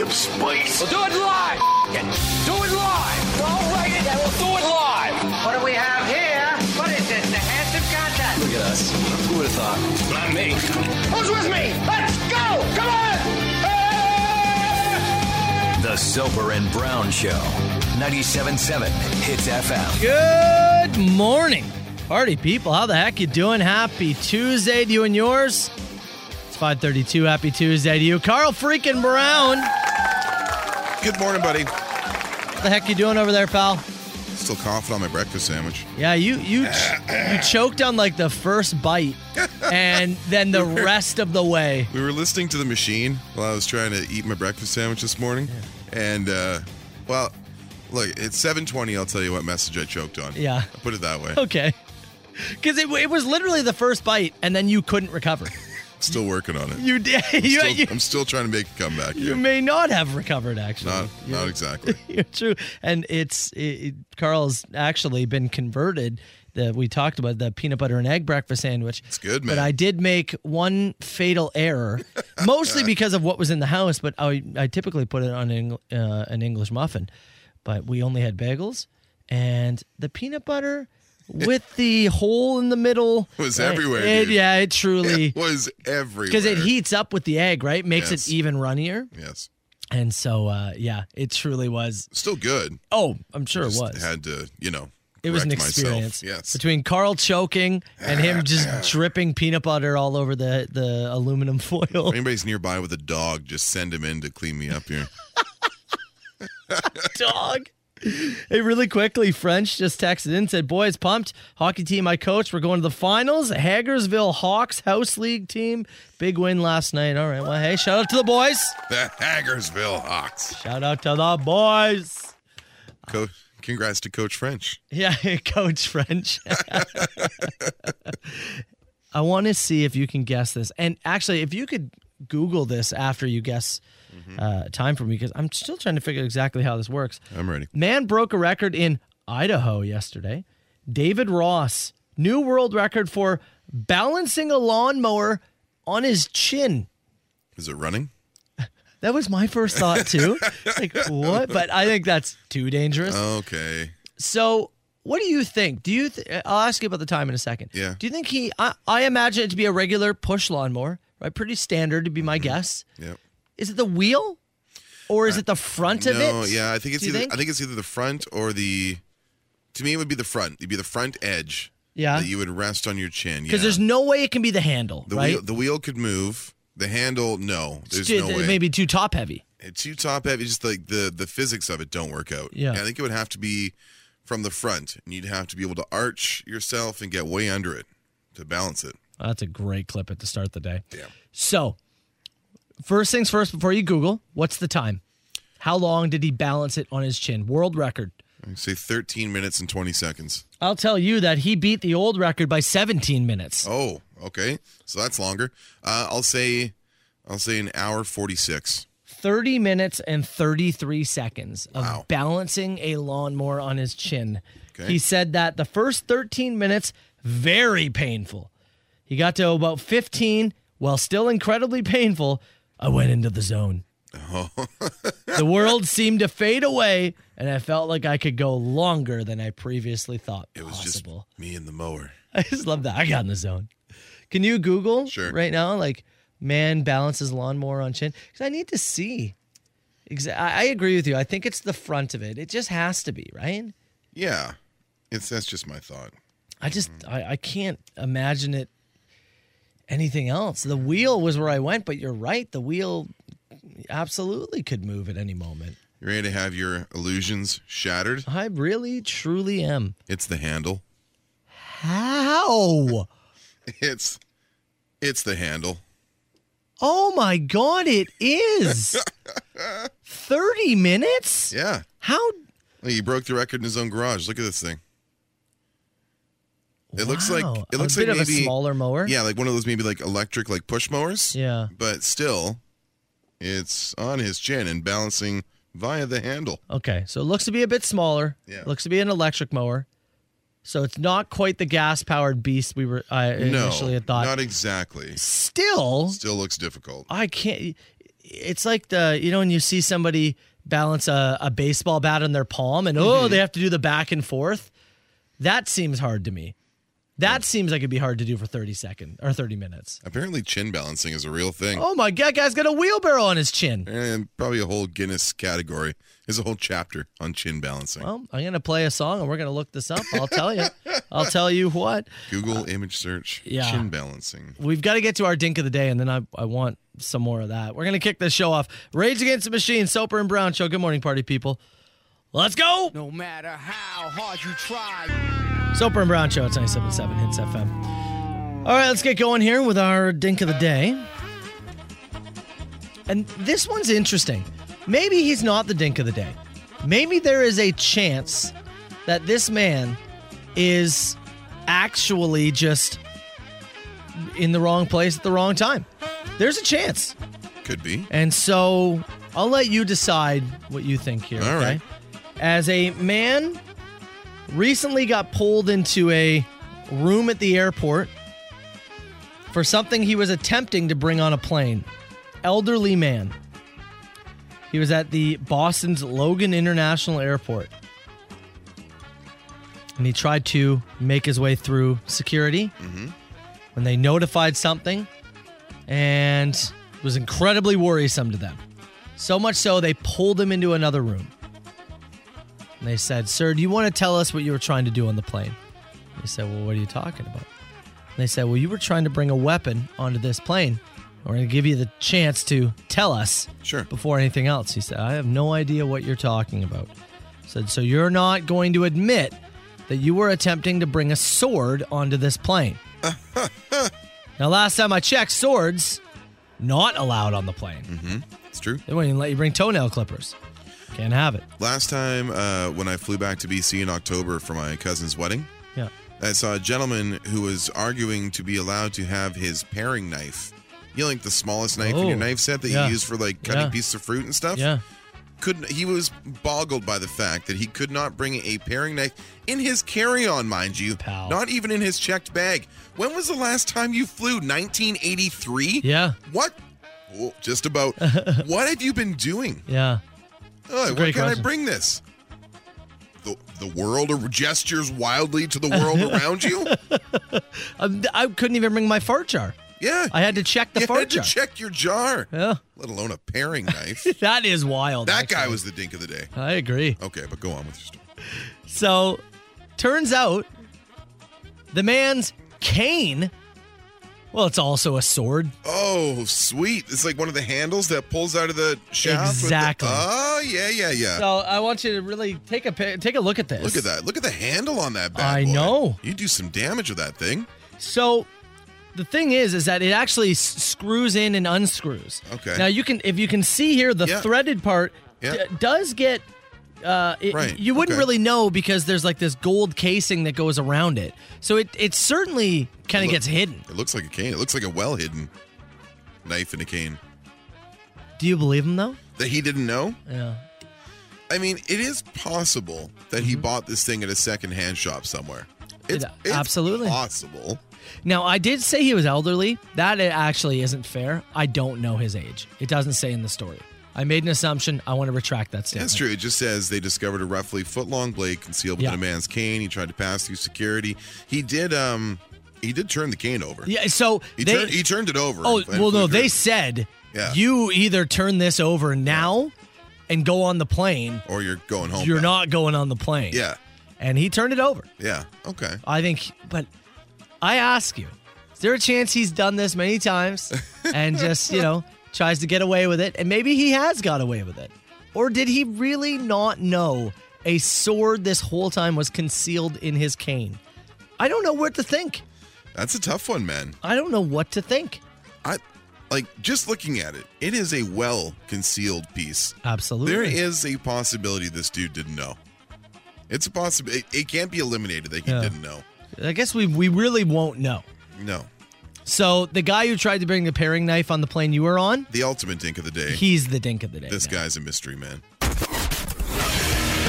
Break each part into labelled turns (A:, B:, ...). A: of spice.
B: We'll do it live. Do it live. I'll write it and we'll do it live. What do we have here? What is this? The handsome contest.
C: Look at us. Who would have thought?
A: Not me.
B: Who's with me? Let's go. Come on.
C: The Soper and Brown Show. 97.7 Hits FM.
D: Good morning, party people. How the heck you doing? Happy Tuesday to you and yours. It's 5:32. Happy Tuesday to you, Carl freaking Brown.
E: Good morning, buddy.
D: What the heck you doing over there, pal?
E: Still coughing on my breakfast sandwich.
D: Yeah, you you ch- you choked on like the first bite, and then the rest of the way.
E: We were listening to the machine while I was trying to eat my breakfast sandwich this morning, and uh, well, look, it's 7:20. I'll tell you what message I choked on.
D: Yeah.
E: I'll put it that way.
D: Okay, because it, it was literally the first bite, and then you couldn't recover.
E: Still working on it.
D: You did. You,
E: Still-
D: you,
E: I'm still trying to make a comeback.
D: you
E: Here.
D: may not have recovered actually.
E: Not,
D: You-
E: not exactly.
D: You're true, and it's it, it, Carl's actually been converted. That we talked about the peanut butter and egg breakfast sandwich. It's
E: good,
D: But
E: man.
D: I did make one fatal error, mostly because of what was in the house. But I I typically put it on an, Eng- uh, an English muffin, but we only had bagels, and the peanut butter with the hole in the middle
E: Was
D: like,
E: everywhere,
D: it-
E: dude.
D: yeah, it truly
E: Was everywhere.
D: because it heats up with the egg, right? Makes
E: Yes.
D: it even runnier.
E: Yes.
D: And so, uh, yeah, it truly was.
E: Still good.
D: Oh, I'm sure it
E: Just
D: was.
E: Had to, you know.
D: It was an
E: correct myself.
D: experience.
E: Yes.
D: Between Carl choking and him just dripping peanut butter all over the, the aluminum foil.
E: if anybody's nearby with a dog, just send him in to clean me up here.
D: Dog. Hey, really quickly, French just texted in said, Boys, pumped. Hockey team I coach. We're going to the finals. Hagersville Hawks House League team. Big win last night. All right. Well, hey, shout out to the boys.
E: the Hagersville Hawks.
D: Shout out to the boys. Ah.
E: Co- congrats to Coach French.
D: Yeah, Coach French. I want to see if you can guess this. And actually, if you could Google this after you guess uh, time for me, because I'm still trying to figure out exactly how this works.
E: I'm ready.
D: Man broke a record in Idaho yesterday. David Ross, new world record for balancing a lawnmower on his chin.
E: Is it running?
D: That was my first thought, too. It's like, what? But I think that's too dangerous.
E: Okay.
D: So, what do you think? Do you? Th- uh, I'll ask you about the time in a second.
E: Yeah.
D: Do you think he? I, I imagine it to be a regular push lawnmower, right? Pretty standard, to be
E: Mm-hmm.
D: my guess.
E: Yep.
D: Is it the wheel, or is it the front of
E: Uh, no,
D: it?
E: yeah, I think it's
D: Do you
E: either
D: think?
E: I think it's either the front or the to me it would be the front. It'd be the front edge
D: Yeah.
E: that you would rest on your chin.
D: Because
E: yeah.
D: there's no way it can be the handle,
E: the
D: right?
E: wheel the wheel could move. The handle, no. There's
D: It's-
E: no
D: it
E: way.
D: may be too top heavy.
E: It's too top heavy, just like the the physics of it don't work out.
D: Yeah.
E: I think it would have to be from the front and you'd have to be able to arch yourself and get way under it to balance it.
D: That's a great clip at the start of the day.
E: Yeah.
D: So, first things first, before you Google, what's the time? How long did he balance it on his chin? World record.
E: I'd say thirteen minutes and twenty seconds.
D: I'll tell you that he beat the old record by 17 minutes.
E: Oh, okay. So that's longer. Uh, I'll say I'll say an hour forty six.
D: 30 minutes and 33 seconds of
E: Wow.
D: balancing a lawnmower on his chin.
E: Okay.
D: He said that the first 13 minutes, very painful. He got to about 15, while still incredibly painful. I went into the zone.
E: Oh.
D: the world seemed to fade away, and I felt like I could go longer than I previously thought
E: It was
D: possible.
E: just me and the mower.
D: I just love that. I got in the zone. Can you Google
E: Sure.
D: right now, like man balances lawnmower on chin? Because I need to see. Exa- I I agree with you. I think it's the front of it. It just has to be right.
E: Yeah, it's that's just my thought.
D: I just
E: Mm-hmm.
D: I, I can't imagine it anything else. The wheel was where I went, but you're right. The wheel absolutely could move at any moment.
E: You ready to have your illusions shattered?
D: I really truly am.
E: It's the handle.
D: How?
E: It's it's the handle.
D: Oh my god, it is. 30 minutes?
E: Yeah,
D: How?
E: Look, he broke the record in his own garage. Look at this thing. It looks like
D: Wow.
E: it looks
D: a bit
E: like
D: of
E: maybe
D: a smaller mower.
E: yeah, like one of those maybe like electric like push mowers.
D: Yeah.
E: but still, it's on his chin and balancing via the handle.
D: Okay. So it looks to be a bit smaller.
E: Yeah.
D: Looks to be an electric mower. So it's not quite the gas-powered beast we were I initially
E: no,
D: had thought.
E: not exactly.
D: Still,
E: Still looks difficult.
D: I can't. it's like the you know when you see somebody balance a, a baseball bat on their palm and
E: Mm-hmm.
D: oh they have to do the back and forth. That seems hard to me. That seems like it'd be hard to do for 30 seconds or 30 minutes.
E: Apparently, chin balancing is a real thing.
D: Oh my god, guy's got a wheelbarrow on his chin.
E: And probably a whole Guinness category. There's a whole chapter on chin balancing.
D: Well, I'm gonna play a song and we're gonna look this up. I'll tell you. I'll tell you what.
E: Google image search
D: uh, yeah.
E: chin balancing.
D: We've got to get to our dink of the day, and then I, I want some more of that. We're gonna kick this show off. Rage Against the Machine, Soper and Brown Show. Good morning, party people. Let's go.
A: No matter how hard you try.
D: Soper and Brown Show. It's 97.7 Hits FM. All right, let's get going here with our dink of the day. And this one's interesting. Maybe he's not the dink of the day. Maybe there is a chance that this man is actually just in the wrong place at the wrong time. There's a chance.
E: Could be.
D: And so I'll let you decide what you think here.
E: All
D: okay?
E: right.
D: As a man recently got pulled into a room at the airport for something he was attempting to bring on a plane. Elderly man. He was at the Boston's Logan International Airport. And he tried to make his way through security
E: Mm-hmm.
D: when they notified something and it was incredibly worrisome to them. So much so, they pulled him into another room. And they said, Sir, do you want to tell us what you were trying to do on the plane? He said, Well, what are you talking about? And they said, Well, you were trying to bring a weapon onto this plane. We're going to give you the chance to tell us
E: Sure.
D: before anything else. He said, I have no idea what you're talking about. Said, So you're not going to admit that you were attempting to bring a sword onto this plane. now, last time I checked, swords not allowed on the plane.
E: Mm-hmm. It's true.
D: They wouldn't even let you bring toenail clippers. Can't have it.
E: Last time uh, when I flew back to BC in October for my cousin's wedding,
D: Yeah.
E: I saw a gentleman who was arguing to be allowed to have his paring knife. You know, like the smallest knife in
D: Oh,
E: your knife set that
D: yeah.
E: you use for like cutting
D: Yeah.
E: pieces of fruit and stuff.
D: Yeah.
E: Couldn't he was boggled by the fact that he could not bring a paring knife in his carry-on, mind you.
D: Pal.
E: Not even in his checked bag. When was the last time you flew? 1983?
D: Yeah.
E: What? Oh, just about. what have you been doing?
D: Yeah.
E: Oh, where
D: great
E: can I
D: question.
E: bring this? The, the world or gestures wildly to the world around you.
D: Um, th- I couldn't even bring my fart jar.
E: Yeah,
D: I had to check the
E: you
D: fart
E: had to
D: jar.
E: check your jar,
D: yeah.
E: let alone a paring knife.
D: That is wild.
E: that guy
D: actually.
E: was the dink of the day.
D: I agree.
E: Okay, but go on with your story.
D: So, turns out the man's cane, well, it's also a sword.
E: Oh, sweet! It's like one of the handles that pulls out of the shaft. with the-
D: Exactly.
E: oh yeah, yeah, yeah.
D: So, I want you to really take a pi- take a look at this.
E: Look at that! Look at the handle on that bad
D: I
E: boy.
D: know.
E: You do some damage with that thing.
D: So the thing is, is that it actually s- screws in and unscrews.
E: Okay.
D: Now you can, if you can see here, the
E: Yeah.
D: threaded part
E: Yeah.
D: d- does get. Uh, it-
E: Right,
D: You wouldn't
E: okay.
D: really know because there's like this gold casing that goes around it. So it it certainly kind of
E: Look.
D: gets hidden.
E: It looks like a cane. It looks like a well-hidden knife and a cane
D: Do you believe him though?
E: that he didn't know.
D: Yeah.
E: I mean, it is possible that he bought this thing at a secondhand shop somewhere. It's,
D: Mm-hmm. It-
E: it's
D: absolutely.
E: possible.
D: Now I did say he was elderly. That it actually isn't fair. I don't know his age. It doesn't say in the story. I made an assumption. I want to retract that statement.
E: That's true. It just says they discovered a roughly foot-long blade concealed within
D: Yeah.
E: a man's cane. He tried to pass through security. He did. Um, he did turn the cane over.
D: Yeah. So
E: He,
D: they,
E: turned, he turned it over.
D: Oh
E: and- and
D: well,
E: flew
D: no.
E: through.
D: They said
E: Yeah.
D: you either turn this over now and go on the plane.
E: or you're going home.
D: You're
E: now.
D: not going on the plane.
E: Yeah.
D: And he turned it over.
E: Yeah. Okay.
D: I think, but I ask you, is there a chance he's done this many times and just you know tries to get away with it? And maybe he has got away with it, or did he really not know a sword this whole time was concealed in his cane? I don't know what to think.
E: That's a tough one, man.
D: I don't know what to think.
E: I like just looking at it. It is a well-concealed piece.
D: Absolutely.
E: There is a possibility this dude didn't know. It's a possibility. It, it can't be eliminated that he
D: Yeah.
E: didn't know.
D: I guess we we really won't know.
E: No.
D: So the guy who tried to bring the paring knife on the plane you were on,
E: The ultimate dink of the day.
D: he's the dink of the day.
E: this
D: now.
E: guy's a mystery man.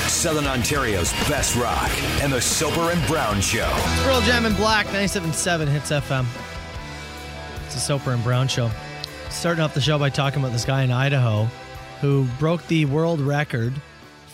C: Southern Ontario's best rock and the Soper and Brown Show.
D: Pearl Jam and Black, 97.7 Hits FM. It's a Soper and Brown show. starting off the show by talking about this guy in Idaho who broke the world record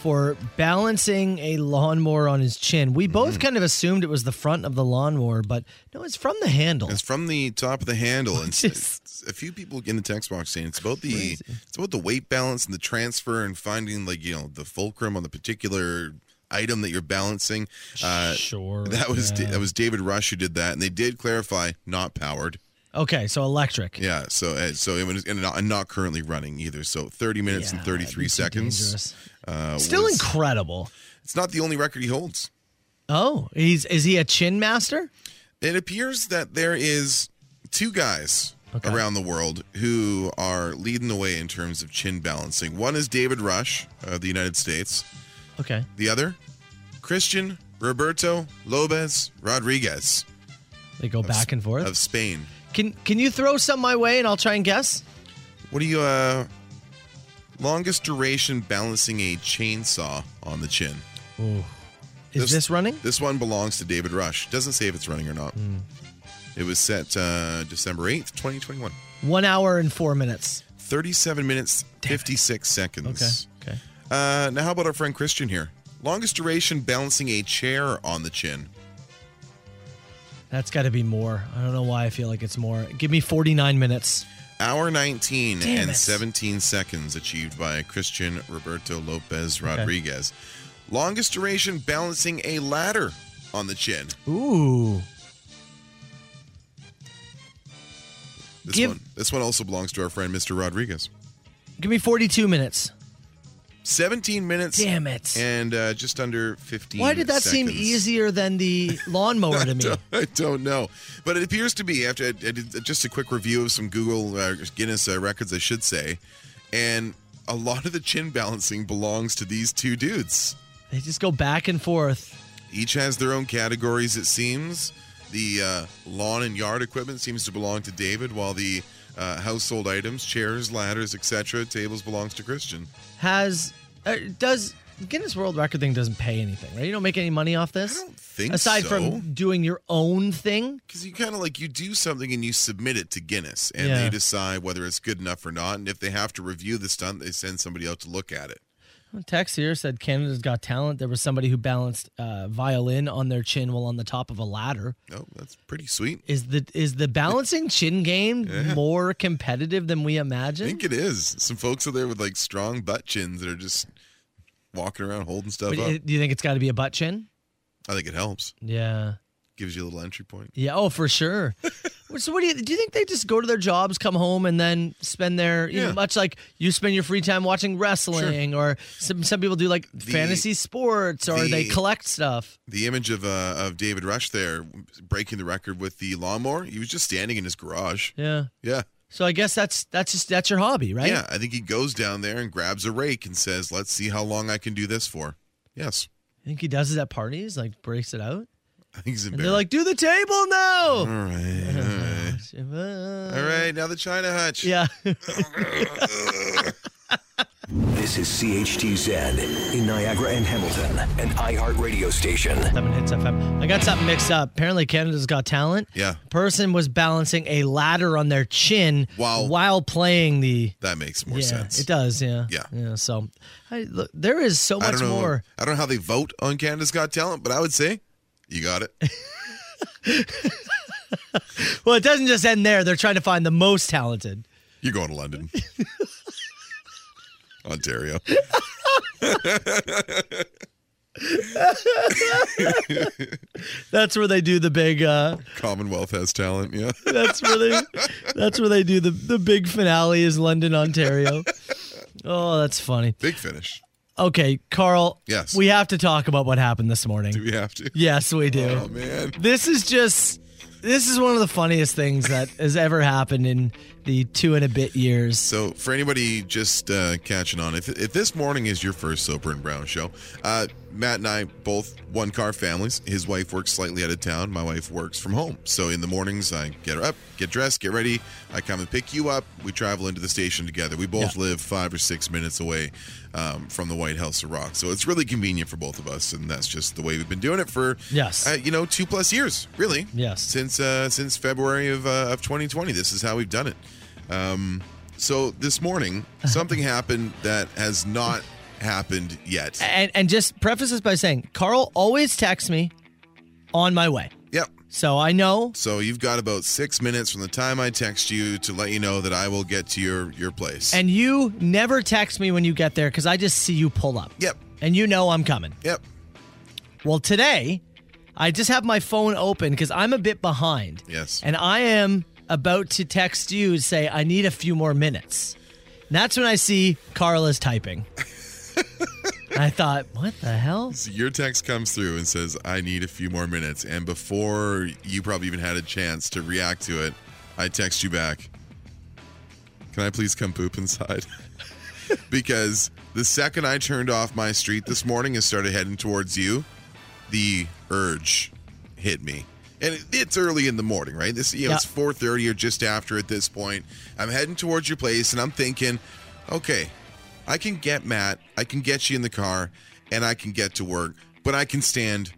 D: for balancing a lawnmower on his chin. We
E: Mm-hmm.
D: both kind of assumed it was the front of the lawnmower, but no, it's from the handle.
E: It's from the top of the handle, and s-
D: Just-
E: a few people in the text box saying it's about the it's about the weight balance and the transfer and finding like you know the fulcrum on the particular item that you're balancing. Uh,
D: sure.
E: that was
D: yeah.
E: that was David Rush who did that, and they did clarify not powered.
D: okay. So electric.
E: Yeah, so uh, so it was, and not, and not currently running either. So 30 minutes
D: Yeah,
E: and 33
D: it'd be too
E: seconds.
D: dangerous.
E: Uh,
D: Still
E: was-
D: incredible.
E: It's not the only record he holds.
D: Oh, he's is he a chin master?
E: It appears that there is two guys
D: Okay.
E: around the world who are leading the way in terms of chin balancing. One is David Rush of the United States.
D: Okay.
E: The other, Christian Roberto Lopez Rodriguez
D: They go back and forth.
E: of Spain.
D: Can can you throw some my way and I'll try and guess?
E: What do you uh longest duration balancing a chainsaw on the chin?
D: Ooh. Is this, running?
E: This one belongs to David Rush. Doesn't say if it's running or not.
D: Hmm.
E: It was set uh, December 8th, 2021.
D: One hour and four minutes.
E: 37 minutes, 56
D: Okay.
E: seconds.
D: Okay.
E: Uh, now, how about our friend Christian here? Longest duration balancing a chair on the chin.
D: That's got to be more. I don't know why I feel like it's more. Give me 49 minutes.
E: Hour 19
D: Damn
E: and
D: it.
E: 17 seconds achieved by Christian Roberto Lopez Rodriguez. Longest duration balancing a ladder on the chin.
D: Ooh.
E: This
D: Give-
E: one. This one also belongs to our friend Mr. Rodriguez.
D: Give me 42 minutes.
E: 17 minutes.
D: Damn it.
E: And uh, just under 15
D: why did that seem
E: seconds.
D: easier than the lawnmower to me?
E: I don't know, but it appears to be after I did just a quick review of some Google uh, Guinness uh, records, I should say, and a lot of the chin balancing belongs to these two dudes.
D: They just go back and forth.
E: Each has their own categories, it seems. The uh, lawn and yard equipment seems to belong to David, while the uh, household items, chairs, ladders, etc., tables belongs to Christian.
D: Has uh, does Guinness World Record thing doesn't pay anything, right? You don't make any money off this.
E: I don't think
D: Aside
E: so.
D: from doing your own thing,
E: Because you kind of like you do something and you submit it to Guinness, and
D: Yeah.
E: they decide whether it's good enough or not. And if they have to review the stunt, they send somebody out to look at it.
D: A Text here said Canada's Got Talent. There was somebody who balanced uh, violin on their chin while on the top of a ladder.
E: Oh, that's pretty sweet.
D: Is the is the balancing chin game more competitive than we
E: I
D: imagine?
E: think it is. Some folks out there with like strong butt chins that are just walking around holding stuff
D: But
E: up.
D: it- do you think it's got to be a butt chin?
E: I think it helps.
D: Yeah,
E: Gives you a little entry point.
D: yeah. Oh, for sure. so, what do you do? You think they just go to their jobs, come home, and then spend their you know,
E: Yeah.
D: much like you spend your free time watching wrestling, or some some people do like fantasy sports, or they
E: the-
D: collect stuff.
E: The image of uh, of David Rush there breaking the record with the lawnmower. He was just standing in his garage.
D: Yeah.
E: Yeah.
D: So I guess that's that's just that's your hobby, right?
E: Yeah, I think he goes down there and grabs a rake and says, "Let's see how long I can do this for." Yes,
D: I think he does it at parties, like breaks it out.
E: I think he's
D: And
E: embarrassed.
D: they're like, do the table now.
E: "All right, all right." All right, now the China Hutch.
D: Yeah.
C: This is CHTZ in Niagara and Hamilton, an iHeart radio station.
D: Seven hits FM. I got something mixed up. Apparently, Canada's Got Talent.
E: Yeah.
D: Person was balancing a ladder on their chin
E: Wow.
D: while playing the.
E: That makes more
D: yeah,
E: sense.
D: it does. Yeah.
E: Yeah.
D: Yeah. So I, look, there is so
E: I
D: much
E: don't know.
D: more.
E: I don't know how they vote on Canada's Got Talent, but I would say you got it.
D: Well, it doesn't just end there. They're trying to find the most talented.
E: You're going to London, Ontario.
D: That's where they do the big. Uh,
E: Commonwealth has talent. Yeah,
D: That's where they that's where they do the the big finale is London, Ontario. Oh, that's funny.
E: big finish.
D: Okay, Carl.
E: Yes.
D: We have to talk about what happened this morning.
E: Do we have to?
D: Yes, we do.
E: Oh man,
D: This is just this is one of the funniest things that has ever happened in the two and a bit years.
E: So, for anybody just uh, catching on, if, if this morning is your first Soper and Brown show, uh, Matt and I both one car families. His wife works slightly out of town. My wife works from home. So, in the mornings, I get her up, get dressed, get ready. I come and pick you up. We travel into the station together. We both live five or six minutes away um, from the White House of Rock. So, it's really convenient for both of us. And that's just the way we've been doing it for,
D: Yes.
E: uh, you know, two plus years, really
D: Yes.
E: since uh, since February of uh, of 2020. This is how we've done it. Um, so this morning, something happened that has not happened yet.
D: And and just preface this by saying Carl always texts me on my way.
E: Yep.
D: So I know
E: So you've got about six minutes from the time I text you to let you know that I will get to your your place.
D: and you never text me when you get there cuz I just see you pull up.
E: yep,
D: And you know I'm coming.
E: yep,
D: Well, today I just have my phone open cuz I'm a bit behind.
E: yes.
D: And I am about to text you and say I need a few more minutes. And that's when I see Carl is typing. And I thought, what the hell?
E: So your text comes through and says, "I need a few more minutes," and before you probably even had a chance to react to it, I text you back. Can I please come poop inside? because the second I turned off my street this morning and started heading towards you, the urge hit me. And it- it's early in the morning, right? This you know, it's
D: Yeah.
E: 4:30 or just after at this point. I'm heading towards your place and I'm thinking, "Okay, I can get Matt, I can get you in the car, and I can get to work, but I can stand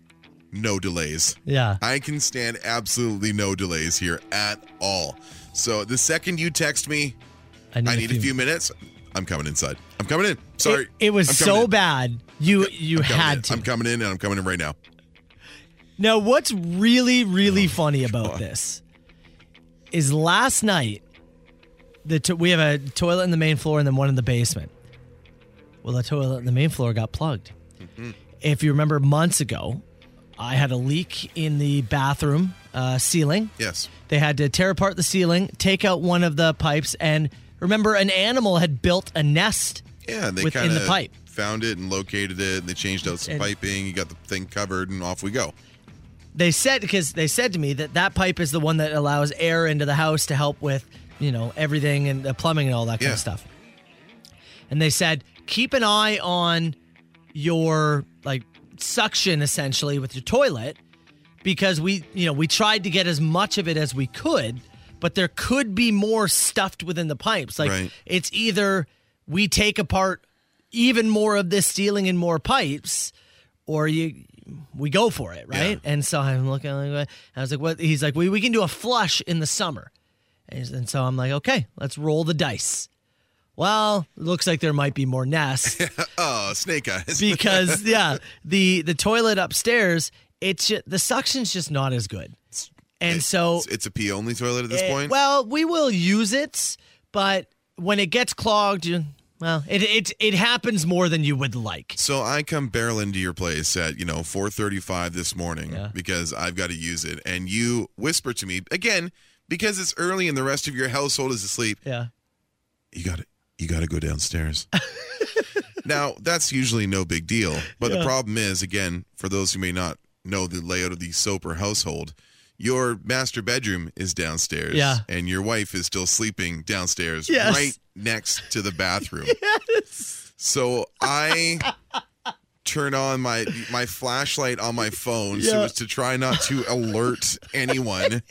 E: no delays."
D: Yeah.
E: I can stand absolutely no delays here at all. So the second you text me, I need a few minutes. I'm coming inside. I'm coming in. Sorry.
D: It, it was
E: I'm coming
D: so
E: in.
D: bad. You you
E: I'm coming
D: had
E: in.
D: to.
E: I'm coming in and I'm coming in right now.
D: Now, what's really, really funny about this is last night, the to- we have a toilet in the main floor and then one in the basement. Well, the toilet in the main floor got plugged. If you remember months ago, I had a leak in the bathroom uh, ceiling.
E: Yes.
D: They had to tear apart the ceiling, take out one of the pipes, and remember, an animal had built a nest
E: Yeah. And they
D: within
E: kind
D: the
E: of
D: pipe.
E: found it and located it. And they changed out some
D: And-
E: piping. You got the thing covered and off we go.
D: they said because they said to me that that pipe is the one that allows air into the house to help with you know everything and the plumbing and all that kind
E: Yeah.
D: of stuff and they said keep an eye on your like suction essentially with your toilet because we you know we tried to get as much of it as we could but there could be more stuffed within the pipes like
E: Right.
D: it's either we take apart even more of this ceiling and more pipes or you we go for it right and so i'm looking like what- i was like what he's like we, we can do a flush in the summer and, he's- and so i'm like okay let's roll the dice well looks like there might be more nests
E: Oh, snake eyes.
D: because yeah, the the toilet upstairs, it's ju- the suction's just not as good, and so
E: it's, it's a pee only toilet at this
D: eh,
E: point.
D: well, we will use it, but when it gets clogged, you, well, it it it happens more than you would like.
E: So I come barreling to your place at you know 4:35 this morning because I've got to use it, and you whisper to me again because it's early and the rest of your household is asleep.
D: Yeah,
E: You got to you got to go downstairs. now that's usually no big deal, but the problem is again for those who may not know the layout of the Soper household. Your master bedroom is downstairs,
D: Yeah.
E: and your wife is still sleeping downstairs,
D: Yes.
E: right next to the bathroom. So I turn on my my flashlight on my phone so
D: Yeah.
E: as to try not to alert anyone.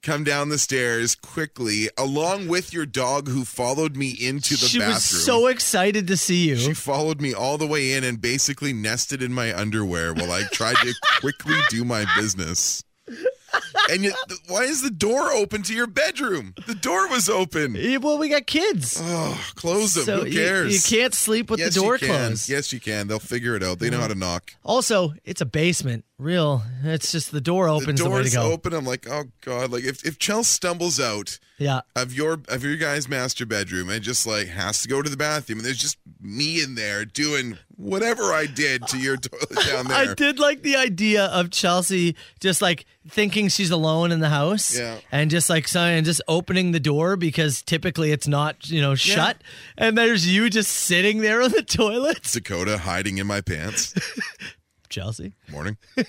E: Come down the stairs quickly, along with your dog who followed me into the
D: she
E: bathroom.
D: was so excited to see you.
E: she followed me all the way in and basically nested in my underwear while I tried to quickly do my business. And yet, why is the door open to your bedroom? The door was open.
D: Eh, well, we got kids,
E: Oh, close them.
D: so
E: who
D: you-
E: cares?
D: You, can't sleep with
E: Yes,
D: the door
E: you can.
D: closed. Mm-hmm.
E: Yes, you can. They'll figure it out. They know how to knock.
D: Also, it's a basement. Real, it's just the door
E: The
D: opens the, way to
E: door's
D: go.
E: open. I'm like, oh god. Like if if Chelsea stumbles out
D: Yeah,
E: of your of your guy's master bedroom and just like has to go to the bathroom, and there's just me in there doing whatever I did to your toilet down there.
D: I did like the idea of Chelsea just like thinking she's alone in the house
E: Yeah.
D: and just like so- and just opening the door because typically it's not, you know, shut. And there's you just sitting there on the toilet.
E: Dakota hiding in my pants.
D: Chelsea.
E: Morning. But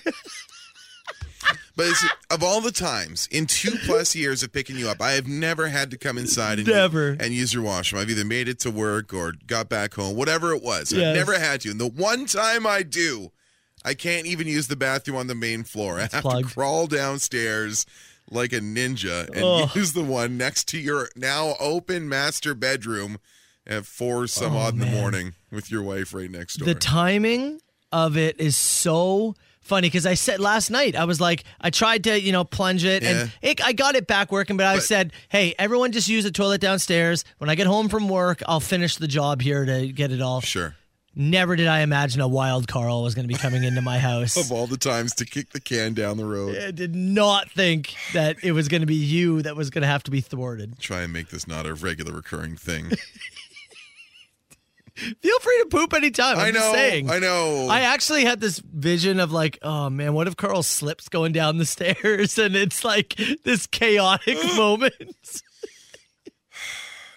E: it's, of all the times in two plus years of picking you up, I have never had to come inside and,
D: Never.
E: and use your washroom. I've either made it to work or got back home, whatever it was. I've
D: Yes.
E: never had to. And the one time I do, I can't even use the bathroom on the main floor. I have
D: plugged.
E: to crawl downstairs like a ninja and
D: Oh.
E: use the one next to your now open master bedroom at four
D: Oh,
E: some odd in the morning with your wife right next door.
D: The timing of it is so funny because I said last night I was like I tried to you know plunge it and it, I got it back working, but I said, hey, everyone just use the toilet downstairs. When I get home from work, I'll finish the job here to get it all.
E: Sure.
D: Never did I imagine a wild Carl was going to be coming into my
E: Of
D: house.
E: all the times to kick the can down the road,
D: I did not think that it was going to be you that was going to have to be thwarted.
E: try and make this not a regular recurring thing.
D: Feel free to poop anytime. I'm
E: I
D: Just
E: know.
D: saying.
E: I know.
D: I actually had this vision of like, oh man, what if Carl slips going down the stairs and it's like this chaotic moment?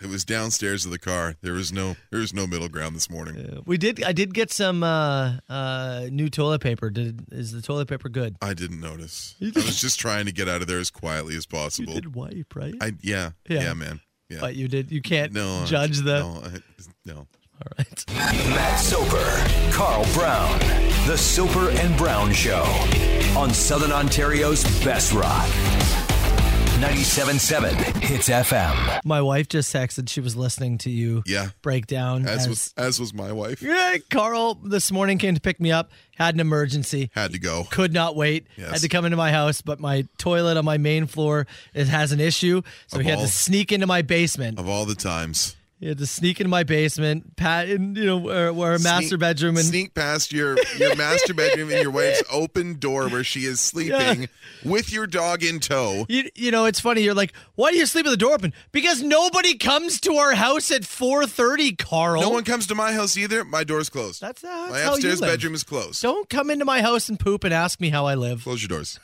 E: it was downstairs of the car. There was no there was no middle ground this morning.
D: We did. I did get some uh, uh, new toilet paper. Did is the toilet paper good?
E: I didn't notice. I was just trying to get out of there as quietly as
D: You
E: possible.
D: did wipe right,
E: I yeah,
D: Yeah.
E: yeah, man. Yeah.
D: but you did. You can't
E: no, I-
D: judge the.
E: No, I- no.
D: All right.
C: Matt Soper, Carl Brown, The Soper and Brown Show on Southern Ontario's Best Rock. 97.7 Hits FM.
D: My wife just texted. She was listening to you.
E: Yeah.
D: Break down
E: As
D: as,
E: was as was my wife.
D: Yeah, Carl this morning came to pick me up. Had an emergency.
E: Had to go.
D: could not wait.
E: Yes.
D: Had to come into my house, but my toilet on my main floor it has an issue, so
E: Of
D: he had
E: all-
D: to sneak into my basement.
E: Of all the times.
D: He had to sneak into my basement, pat in you know where, where our master
E: Sneak-
D: bedroom and
E: sneak past your your master bedroom and your wife's open door where she is sleeping with your dog in tow.
D: you, you know it's funny. You're like, why do you sleep with the door open? Because nobody comes to our house at 4:30, Carl.
E: No one comes to my house either. My door's closed.
D: That's, that's
E: my
D: how
E: upstairs
D: you live.
E: bedroom is closed.
D: Don't come into my house and poop and ask me how I live.
E: Close your doors.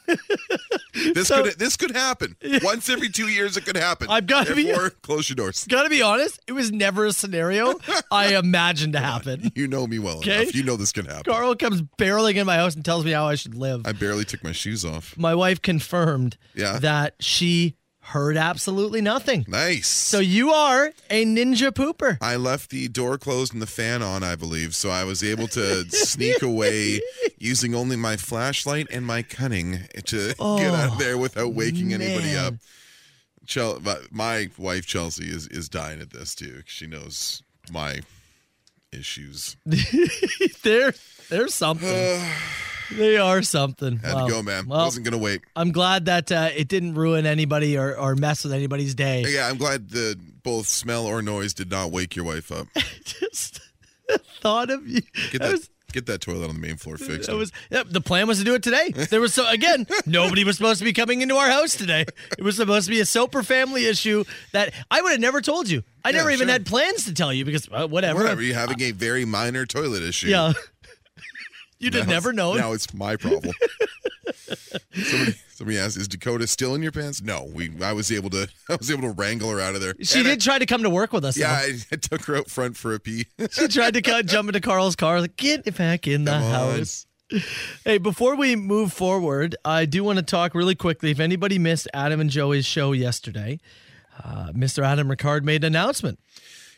E: this
D: So-
E: could this could happen. Once every two years, it could happen.
D: I've gotta be-
E: Therefore, close your doors.
D: Gotta be honest, it was never a scenario I imagined to happen.
E: You know me well
D: Okay.
E: enough. You know this can happen.
D: Carl comes barreling in my house and tells me how I should live.
E: I barely took my shoes off.
D: my wife confirmed
E: Yeah.
D: that she heard absolutely nothing.
E: Nice.
D: So you are a ninja pooper.
E: I left the door closed and the fan on, I believe, so I was able to sneak away using only my flashlight and my cunning to get out
D: Oh,
E: of there without waking anybody
D: man.
E: up. Chel- but my wife Chelsea is is dying at this too. She knows my issues.
D: They're they're something. they are something.
E: Had
D: Wow.
E: to go, man.
D: Well,
E: Wasn't gonna wait.
D: I'm glad that uh, it didn't ruin anybody or, or mess with anybody's day.
E: Yeah, I'm glad the both smell or noise did not wake your wife up.
D: Just the thought of you.
E: Get
D: that
E: that
D: was,
E: get that toilet on the main floor fixed.
D: that was yeah, the plan was to do it today. There was so again, nobody was supposed to be coming into our house today. It was supposed to be a soper family issue that I would have never told you. I never even
E: sure.
D: had plans to tell you because uh, whatever.
E: Whatever, you're having a very minor toilet issue.
D: Yeah. you did
E: Now
D: never
E: it's-
D: know.
E: Now it's my problem. somebody, somebody asked, "Is Dakota still in your pants?" No, we. I was able to. I was able to wrangle her out of there.
D: she
E: And I-
D: did try to come to work with us.
E: yeah,
D: Yeah.
E: I, I took her out front for a pee.
D: She tried to cut, jump into Carl's car. Like, get back in the
E: Come on.
D: house. Hey, before we move forward, I do want to talk really quickly. If anybody missed Adam and Joey's show yesterday, uh, Mr. Adam Ricard made an announcement.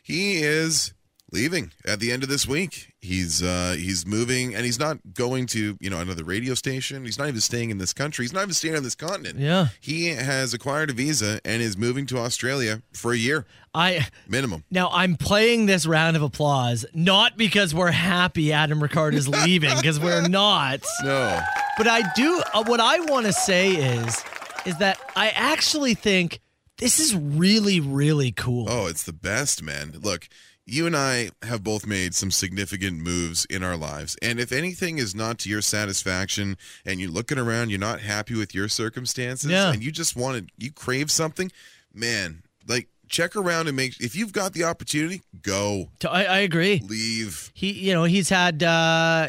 E: He is leaving at the end of this week. He's uh he's moving, and he's not going to you know another radio station. He's not even staying in this country. He's not even staying on this continent.
D: Yeah.
E: He has acquired a visa and is moving to Australia for a year
D: I
E: minimum.
D: now I'm playing this round of applause not because we're happy Adam Ricard is leaving because we're not.
E: No.
D: But I do. Uh, what I want to say is, is that I actually think this is really, really cool.
E: Oh, it's the best, man. Look, you and I have both made some significant moves in our lives. And if anything is not to your satisfaction and you're looking around, you're not happy with your circumstances
D: Yeah.
E: and you just want to, you crave something, man, like check around and make, if you've got the opportunity, go,
D: T- I, I agree.
E: leave.
D: He, you know, he's had uh,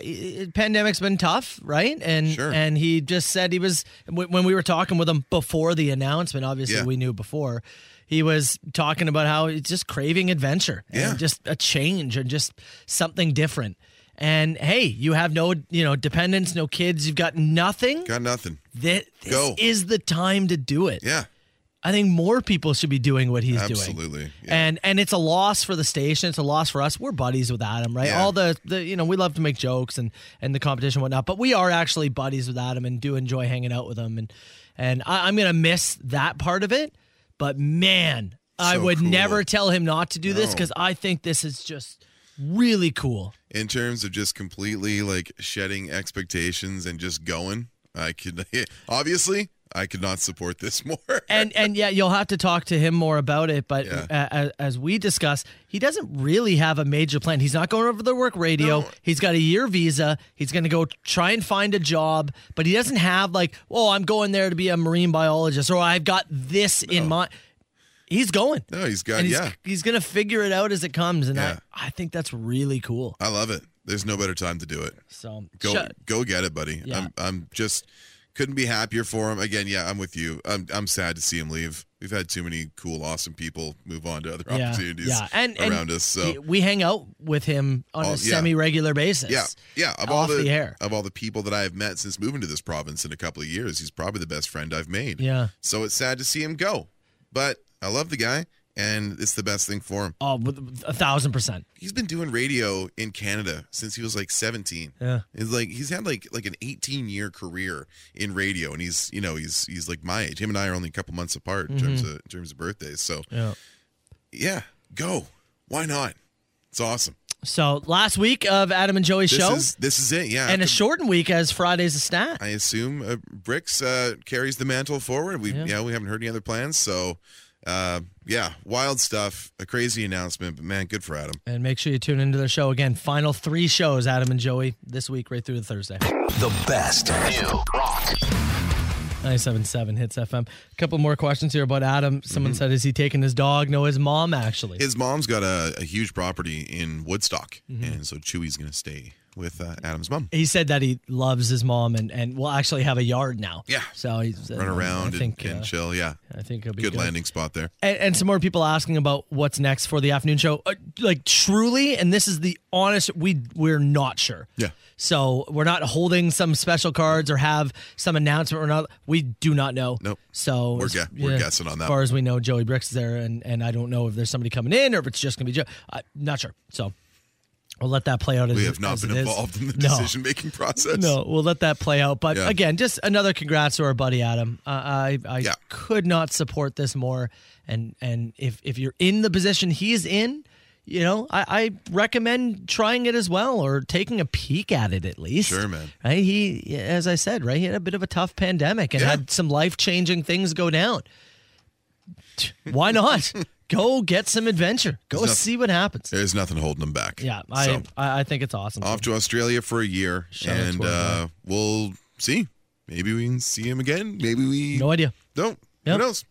D: i- i- pandemic's been tough, right? And
E: Sure.
D: and he just said he was w- when we were talking with him before the announcement. Obviously,
E: Yeah.
D: we knew before. He was talking about how he's just craving adventure
E: Yeah.
D: and just a change and just something different. And hey, you have no, you know, dependents, no kids. You've got nothing.
E: Got nothing.
D: Thi- This,
E: Go.
D: is the time to do it.
E: Yeah,
D: I think more people should be doing what he's doing.
E: absolutely. Yeah.
D: And and it's a loss for the station. It's a loss for us. We're buddies with Adam, right?
E: Yeah.
D: All the, the you know we love to make jokes and and the competition and whatnot, but we are actually buddies with Adam and do enjoy hanging out with him. And and I, I'm gonna miss that part of it, but man, I
E: So
D: would
E: cool.
D: never tell him not to do this
E: No.
D: because I think this is just really cool.
E: in terms of just completely like shedding expectations and just going. I could obviously I could not support this more.
D: And and yeah, you'll have to talk to him more about it. But
E: Yeah.
D: a- a- as we discuss, he doesn't really have a major plan. He's not going over the work radio. He's got a year visa. He's going to go try and find a job, but he doesn't have like, oh, I'm going there to be a marine biologist, or I've got this in mind. He's going.
E: No, he's got
D: and he's,
E: yeah.
D: he's going to figure it out as it comes, and
E: Yeah.
D: I, I think that's really cool.
E: I love it. There's no better time to do it.
D: So
E: Go
D: shut-
E: go get it, buddy.
D: Yeah.
E: I'm I'm just couldn't be happier for him. Again, yeah, I'm with you. I'm I'm sad to see him leave. We've had too many cool, awesome people move on to other opportunities
D: yeah. And, and
E: around us. So
D: we- we hang out with him on
E: Oh,
D: a
E: yeah.
D: semi-regular basis.
E: Yeah, yeah. Of all
D: off
E: the,
D: the air.
E: of all the people that I have met since moving to this province in a couple of years, he's probably the best friend I've made.
D: Yeah.
E: So it's sad to see him go, but I love the guy, and it's the best thing for him.
D: Oh, with- a thousand percent.
E: He's been doing radio in Canada since he was like 17.
D: Yeah.
E: It's like he's had like like an 18 year career in radio, and he's you know he's he's like my age. Him and I are only a couple months apart in terms of in terms of birthdays. So
D: Mm-hmm. Yeah.
E: yeah, go. Why not? It's awesome.
D: So last week of Adam and Joey's
E: This
D: show,
E: is this is it. Yeah.
D: and
E: after
D: a shortened week as Friday's a stat.
E: I assume uh, Bricks uh, carries the mantle forward. We yeah. we haven't heard any other plans, so uh, yeah, wild stuff, a crazy announcement, but man, good for Adam.
D: and make sure you tune into their show again. Final three shows, Adam and Joey, this week right through to Thursday.
C: The best.
D: 977 Hits FM. A couple more questions here about Adam.
E: Mm-hmm.
D: Someone said, is he taking his dog? No, his mom, actually.
E: His mom's got a, a huge property in Woodstock,
D: Mm-hmm.
E: and so Chewy's gonna stay with uh, Adam's mom.
D: he said that he loves his mom and, and will actually have a yard now.
E: Yeah.
D: So he's
E: Run around
D: I think,
E: and, and
D: uh,
E: chill. Yeah,
D: I think he'll be
E: good
D: good.
E: landing spot there.
D: and, and some more people asking about what's next for the afternoon show. Uh, like truly, and this is the honest. We we're not sure.
E: Yeah.
D: So we're not holding some special cards or have some announcement or not. We do not know.
E: Nope.
D: So
E: We're
D: as-
E: gue- we're guessing on that
D: As far as we know, Joey Bricks is there, and and I don't know if there's somebody coming in or if it's just gonna be Joe. i not sure. So we'll let that play out. As
E: We
D: it-
E: have not
D: as
E: been
D: it is.
E: involved in the
D: No.
E: decision making process.
D: No, we'll let that play out. But
E: Yeah.
D: again, just another congrats to our buddy Adam. Uh, I I
E: Yeah.
D: could not support this more. And and if if you're in the position he is in, you know, I, I recommend trying it as well or taking a peek at it at least.
E: Sure, man.
D: Right? He, as I said, right, he had a bit of a tough pandemic and
E: Yeah.
D: had some life changing things go down. Why not? Go get some adventure. Go
E: There's noth-
D: see what happens.
E: there's nothing holding him back.
D: Yeah, I,
E: So,
D: I I think it's awesome.
E: off to Australia for a year,
D: Shout out to
E: and
D: our guy.
E: uh, we'll see. Maybe we can see him again. Maybe we
D: no idea.
E: Don't.
D: Yep.
E: Who knows?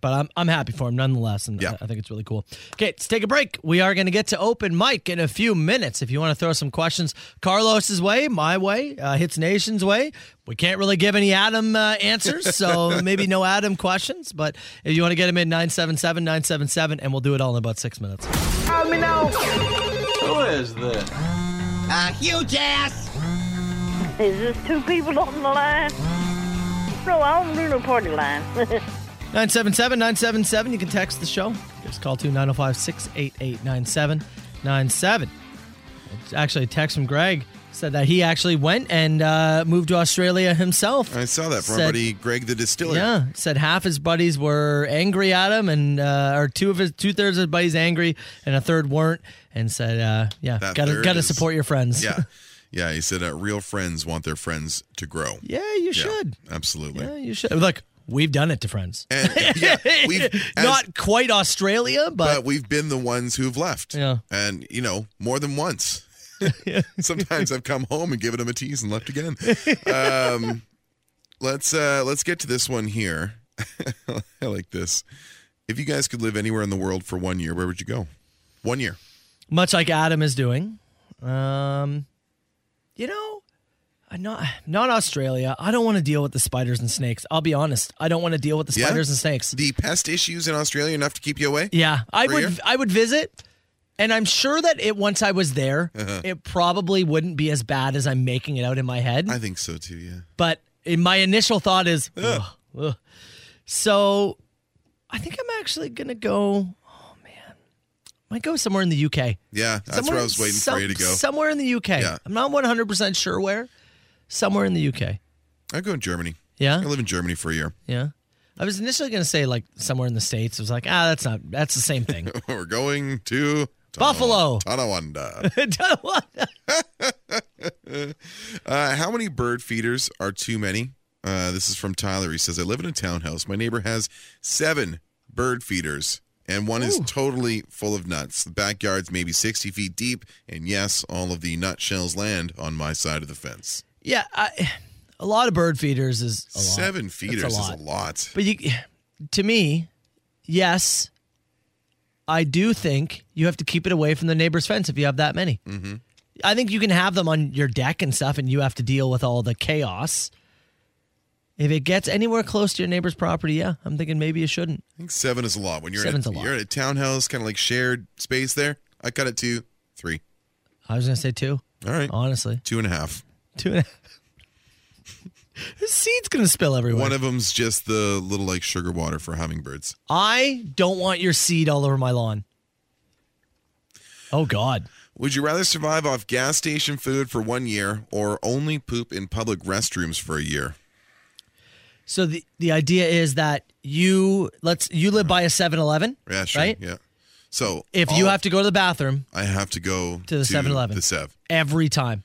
D: but I'm, I'm happy for him nonetheless. And
E: Yeah.
D: I, I think it's really cool. Okay, let's take a break. We are going to get to open mic in a few minutes. If you want to throw some questions Carlos's way, my way, uh, Hits Nation's way, we can't really give any Adam uh, answers. So maybe no Adam questions. But if you want to get him in, 977 977, and we'll do it all in about six minutes.
A: A huge ass.
F: Is this two people on the line? No, I don't do no party line.
D: 977 977. You can text the show. Just call oh to 905 688 9797. Actually, a text from Greg said that he actually went and uh, moved to Australia himself.
E: I saw that from
D: Said-
E: our buddy Greg the Distiller.
D: Yeah, said half his buddies were angry at him, and uh, or two of his two thirds of his buddies angry, and a third weren't, and said, uh, "Yeah,
E: That
D: gotta
E: third
D: gotta
E: is-
D: support your friends."
E: Yeah. Yeah, He said uh, real friends want their friends to grow.
D: yeah, you
E: Yeah,
D: should.
E: Absolutely.
D: Yeah, you should. Look, we've done it to friends.
E: And yeah, we've, as-
D: Not quite Australia, but
E: but we've been the ones who've left.
D: Yeah.
E: And, you know, more than once. Sometimes I've come home and given him a tease and left again. Um, let's uh, let's get to this one here. I like this. If you guys could live anywhere in the world for one year, where would you go? One year.
D: much like Adam is doing. Um, you know, I'm not not Australia. I don't want to deal with the spiders and snakes. I'll be honest. I don't want to deal with the
E: Yeah?
D: spiders and snakes.
E: The pest issues in Australia enough to keep you away?
D: Yeah, I
E: For
D: would.
E: you?
D: I would visit, and I'm sure that it once I was there,
E: Uh-huh.
D: it probably wouldn't be as bad as I'm making it out in my head.
E: I think so too, yeah.
D: but in my initial thought is, ugh, ugh. so I think I'm actually gonna go. Oh man, I might go somewhere in the UK.
E: Yeah, that's where I was waiting
D: some-
E: for you to go.
D: Somewhere in the UK.
E: Yeah.
D: I'm not 100% sure where. Somewhere in the UK.
E: I go in Germany.
D: Yeah.
E: I live in Germany for a year.
D: Yeah. I was initially going to say like somewhere in the States. I was like, ah, that's not, that's the same thing.
E: We're going to
D: Buffalo.
E: Tonawanda. Uh, how many bird feeders are too many? Uh, this is from Tyler. He says, I live in a townhouse. My neighbor has seven bird feeders, and one is totally full of nuts. The backyard's maybe 60 feet deep, and yes, all of the nutshells land on my side of the fence.
D: yeah, I, a lot of bird feeders is a lot.
E: Seven
D: That's
E: feeders is a lot.
D: But you, to me, yes, I do think you have to keep it away from the neighbor's fence if you have that many. Mm-hmm. I think you can have them on your deck and stuff, and you have to deal with all the chaos. If it gets anywhere close to your neighbor's property, yeah, I'm thinking maybe you shouldn't.
E: I think seven is a lot. When you're, in
D: Seven's
E: a,
D: a lot.
E: you're in a townhouse, kind of like shared space there, I cut it to three.
D: I was gonna say two,
E: All right.
D: honestly,
E: Two and a half.
D: two and a half. the seed's gonna spill everywhere.
E: One of them's just the little like sugar water for hummingbirds.
D: I don't want your seed all over my lawn. Oh God.
E: Would you rather survive off gas station food for one year or only poop in public restrooms for a year?
D: So the the idea is that you let's you live by a 7-Eleven,
E: Yeah, sure.
D: right?
E: Yeah. So
D: If you
E: all-
D: have to go to the bathroom
E: I have to go
D: To the 7-Eleven.
E: The Sev.
D: every time.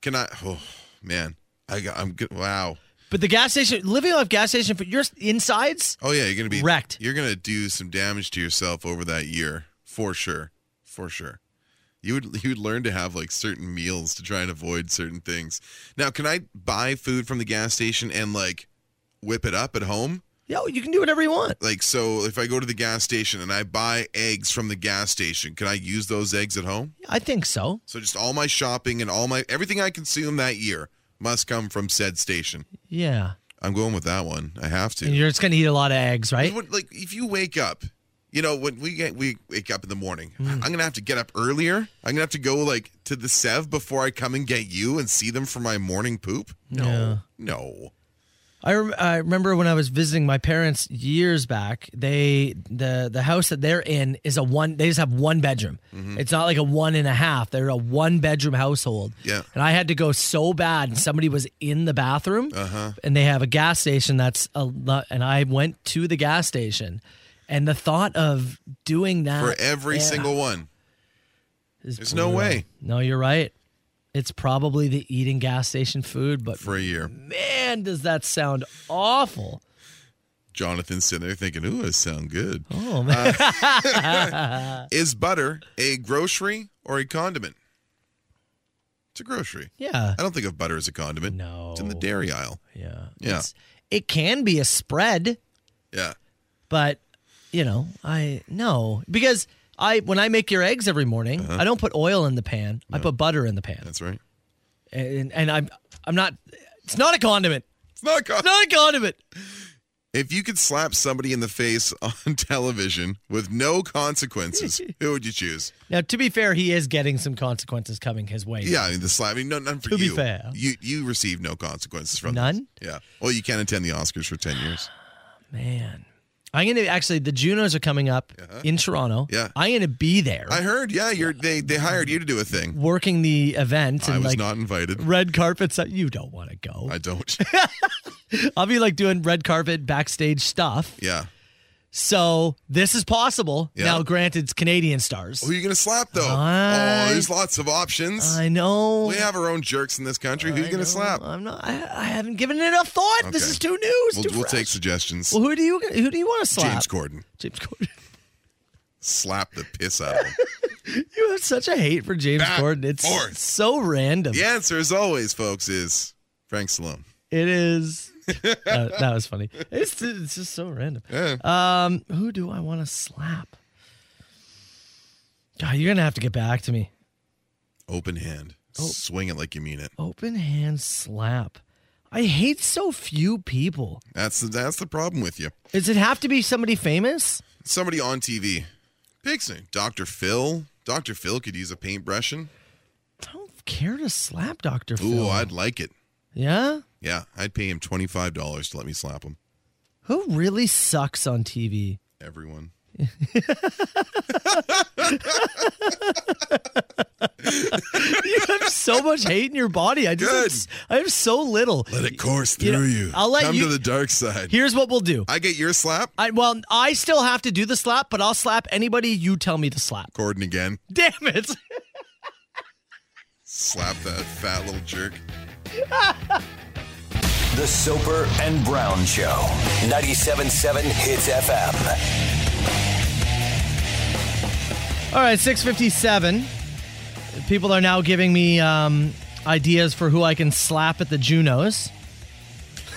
E: Can I? Oh man, I got. I'm good. Wow.
D: But the gas station, living off gas station, for your insides,
E: Oh yeah, you're gonna be
D: Wrecked.
E: You're gonna do some damage to yourself over that year for sure, for sure. You would you would learn to have like certain meals to try and avoid certain things. Now, can I buy food from the gas station and like whip it up at home?
D: yo, you can do whatever you want.
E: like so if i go to the gas station and i buy eggs from the gas station can i use those eggs at home
D: I think so.
E: so just all my shopping and all my everything i consume that year must come from said station
D: Yeah.
E: i'm going with that one i have to
D: And you're just gonna eat a lot of eggs, right?
E: What- like if you wake up you know when we get we wake up in the morning
D: Hmm.
E: i'm gonna have to get up earlier i'm gonna have to go like to the sev before i come and get you and see them for my morning poop no
D: Yeah.
E: no
D: I, rem- I remember when I was visiting my parents years back. They the the house that they're in is a one. They just have one bedroom.
E: Mm-hmm.
D: It's not like a one and a half. They're a one bedroom household.
E: Yeah.
D: And I had to go so bad, and somebody was in the bathroom. Uh-huh. And they have a gas station that's a. lo- And I went to the gas station, and the thought of doing that
E: for every
D: yeah,
E: single one
D: is
E: there's no way.
D: No, you're right. It's probably the eating gas station food, but
E: for a year
D: man, does that sound awful.
E: jonathan's sitting there thinking ooh i sound good Uh,
D: Oh man.
E: Is butter a grocery or a condiment? It's a grocery.
D: Yeah.
E: I don't think of butter as a condiment.
D: No.
E: It's in the dairy aisle.
D: Yeah.
E: Yeah.
D: It's- it can be a spread,
E: Yeah.
D: but you know, I no because I when I make your eggs every morning, I don't put oil in the pan. I put butter in the pan,
E: Uh-huh. That's right.
D: and, and I'm I'm not. It's not a condiment.
E: It's not a condiment.
D: It's not a condiment.
E: If you could slap somebody in the face on television with no consequences, who would you choose?
D: Now, to be fair, he is getting some consequences coming his way.
E: Yeah, I mean, the slap. I mean, no, none for
D: To be
E: you.
D: fair.
E: You you received no consequences from this.
D: None?
E: Yeah. Well, you can't attend the Oscars for ten years.
D: man. I'm gonna actually the Junos are coming up in Toronto.
E: Uh-huh. Yeah.
D: I'm gonna be there
E: I heard. Yeah, you're they they hired you to do a thing.
D: working the event
E: I
D: and
E: was
D: like
E: not invited.
D: red carpets. You don't want to go.
E: I don't.
D: I'll be like doing red carpet backstage stuff.
E: yeah.
D: So this is possible.
E: Yeah. Oh,
D: Now, granted, it's Canadian stars.
E: Who are you gonna slap though?
D: I-
E: oh, there's lots of options.
D: I know.
E: We have our own jerks in this country. Who you gonna slap?
D: I'm not. I, I haven't given it enough thought. This
E: Okay.
D: is too new. It's
E: We'll,
D: too
E: we'll
D: fresh.
E: take suggestions.
D: Well, who do you who do you want to slap?
E: James Corden,
D: James Corden.
E: slap the piss out of him.
D: You have such a hate for James
E: Back
D: Corden. It's
E: forth.
D: so random.
E: the answer, as always, folks, is Frank Stallone.
D: It is. that, that was funny. It's it's just so random. Um, who do I want to slap? God, you're gonna have to get back to me.
E: Open hand,
D: Oh.
E: swing it like you mean it.
D: Open hand slap. I hate so few people.
E: That's the, that's the problem with you.
D: Does it have to be somebody famous?
E: Somebody on TV, Pixie, Doctor Phil. Doctor Phil could use a paintbrushing.
D: I don't care to slap Dr.
E: Ooh,
D: Phil.
E: I'd like it.
D: yeah?
E: Yeah, I'd pay him twenty five dollars to let me slap him.
D: Who really sucks on TV?
E: Everyone.
D: You have so much hate in your body. I just,
E: Good.
D: I have so little.
E: Let it course
D: You
E: through
D: know,
E: you.
D: I'll let
E: Come
D: you-
E: to the dark side.
D: Here's what we'll do.
E: I get your slap.
D: I well, I still have to do the slap, but I'll slap anybody you tell me to slap.
E: Gordon again.
D: Damn it!
E: Slap that fat little jerk.
C: The Soper and Brown Show. 97.7 Hits FM.
D: All right, six fifty-seven. People are now giving me um, ideas for who I can slap at the Junos.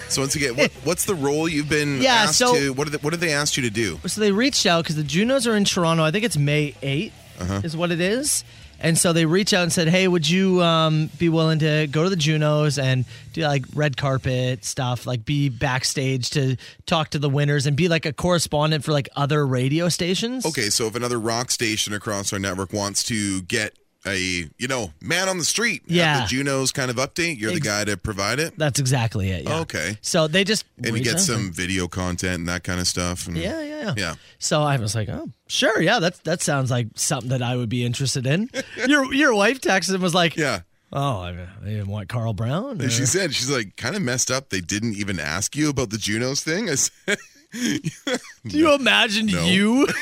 E: So once again, what, what's the role you've been
D: Yeah,
E: asked
D: so-
E: to? What did they, what did they ask you to do?
D: So they reached out because the Junos are in Toronto. I think it's May 8th
E: Uh-huh.
D: is what it is. And so they reached out and said, "Hey, would you um, be willing to go to the Junos and do like red carpet stuff, like be backstage to talk to the winners and be like a correspondent for like other radio stations?"
E: Okay, so if another rock station across our network wants to get a you know man on the street, have
D: Yeah.
E: the Junos kind of update, you're the guy to provide it.
D: That's exactly it. yeah.
E: Okay.
D: So they just
E: And you
D: reached
E: get
D: out.
E: some video content and that kind of stuff. and-
D: Yeah, yeah, yeah.
E: Yeah.
D: So I was like, oh, sure, yeah, that's that sounds like something that I would be interested in. your your wife texted and was like,
E: Yeah.
D: oh, I I didn't want Carl Brown. or-
E: And she said, she's like, kind of messed up. They didn't even ask you about the Junos thing. I said,
D: Do you imagine
E: No.
D: you,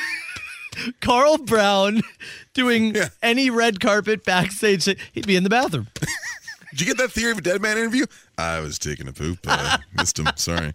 D: Carl Brown, doing any red carpet backstage? thing? He'd be in the bathroom.
E: Did you get that Theory of a Dead Man interview? I was taking a poop. I missed him. Sorry.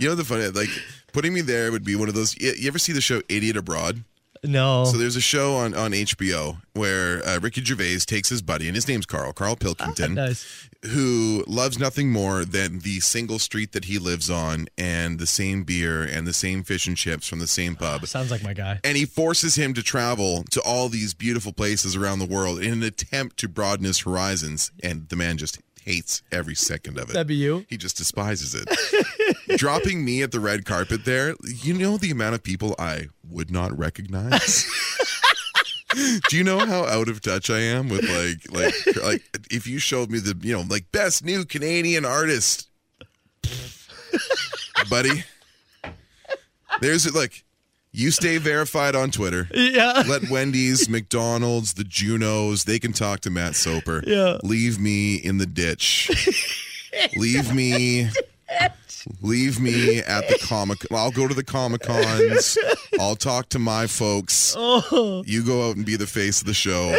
E: You know the funny, like putting me there would be one of those. You you ever see the show Idiot Abroad?
D: No.
E: So there's a show on on HBO where uh, Ricky Gervais takes his buddy, and his name's Carl, Carl Pilkington,
D: Ah, nice.
E: who loves nothing more than the single street that he lives on, and the same beer and the same fish and chips from the same pub.
D: Sounds like my guy.
E: And he forces him to travel to all these beautiful places around the world in an attempt to broaden his horizons. And the man just hates every second of it.
D: That'd be you.
E: He just despises it. Dropping me at the red carpet there, you know the amount of people I would not recognize. Do you know how out of touch I am with like like like if you showed me the you know like best new Canadian artist buddy There's like you stay verified on Twitter.
D: Yeah.
E: Let Wendy's, McDonald's, the Junos, they can talk to Matt Soper.
D: Yeah.
E: Leave me in the ditch. leave me. Leave me at the comic. I'll go to the comic cons. I'll talk to my folks.
D: Oh.
E: You go out and be the face of the show.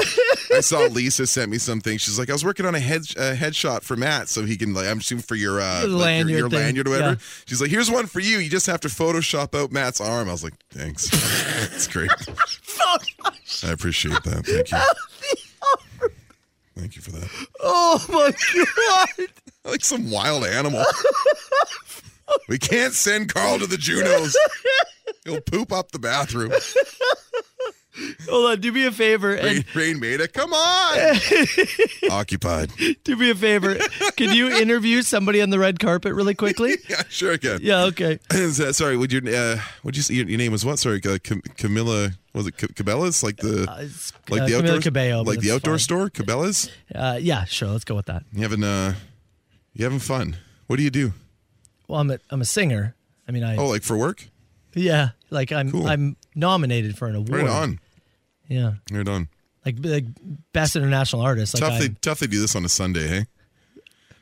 E: I saw Lisa sent me something. She's like, I was working on a head a headshot for Matt, so he can like I'm shooting for your uh like, your-
D: Lanyard
E: your,
D: thing.
E: lanyard or whatever.
D: Yeah.
E: She's like, here's one for you. You just have to Photoshop out Matt's arm. I was like, thanks. That's great. I appreciate that. Thank you. Thank you for that.
D: Oh my god.
E: Like some wild animal. we can't send Carl to the Junos. He'll poop up the bathroom.
D: Hold on. Do me a favor and
E: Rain, Rain Maida, come on. Occupied.
D: do me a favor. Can you interview somebody on the red carpet really quickly?
E: Yeah, sure again.
D: Yeah. Okay.
E: Sorry, would your uh, would you say your, your name was what? Sorry, uh, Cam- Camilla was it C- Cabela's? Like the
D: it's,
E: like
D: uh,
E: the
D: Camila
E: outdoor
D: Cabello, but
E: like the
D: it's
E: outdoor
D: fine.
E: store Cabela's.
D: Uh, yeah. Sure. Let's go with that.
E: You having uh, you having fun? What do you do?
D: Well, I'm a, I'm a singer. I mean, I
E: Oh, like for work?
D: yeah. Like I'm
E: Cool.
D: I'm nominated for an award.
E: Right on.
D: Yeah.
E: Right on.
D: like like best international artist. Like
E: Tough
D: I,
E: they tough they do this on a Sunday, hey?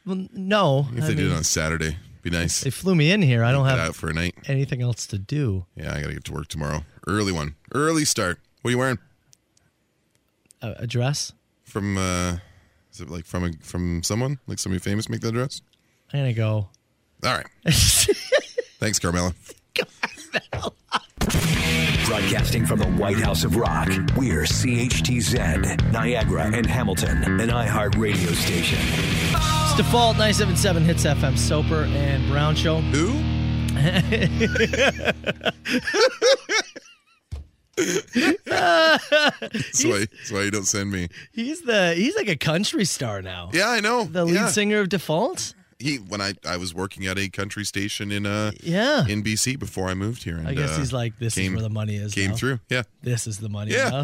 D: well, no,
E: If
D: I
E: they did it
D: mean,
E: on Saturday, be nice.
D: they flew me in here. I don't
E: Get
D: have
E: out for a night.
D: anything else to do.
E: Yeah, I gotta get to work tomorrow. Early one. Early start. What are you wearing?
D: A, a dress.
E: From uh is it like from a from someone? Like somebody famous make that dress?
D: I'm gonna go.
E: All right. Thanks, Carmela.
C: Broadcasting from the White House of Rock, we're CHTZ, Niagara and Hamilton, an iHeart radio station.
D: it's default 977 hits FM Soper and Brown Show.
E: Who? that's, why, that's why you don't send me.
D: He's the he's like a country star now.
E: Yeah, I know.
D: The lead
E: yeah.
D: singer of Default.
E: He when I, I was working at a country station in uh
D: Yeah.
E: in BC before I moved here. And,
D: I guess
E: uh,
D: he's like this
E: came-
D: is where the money is.
E: came
D: now.
E: through. Yeah,
D: This is the money.
E: Yeah.
D: now.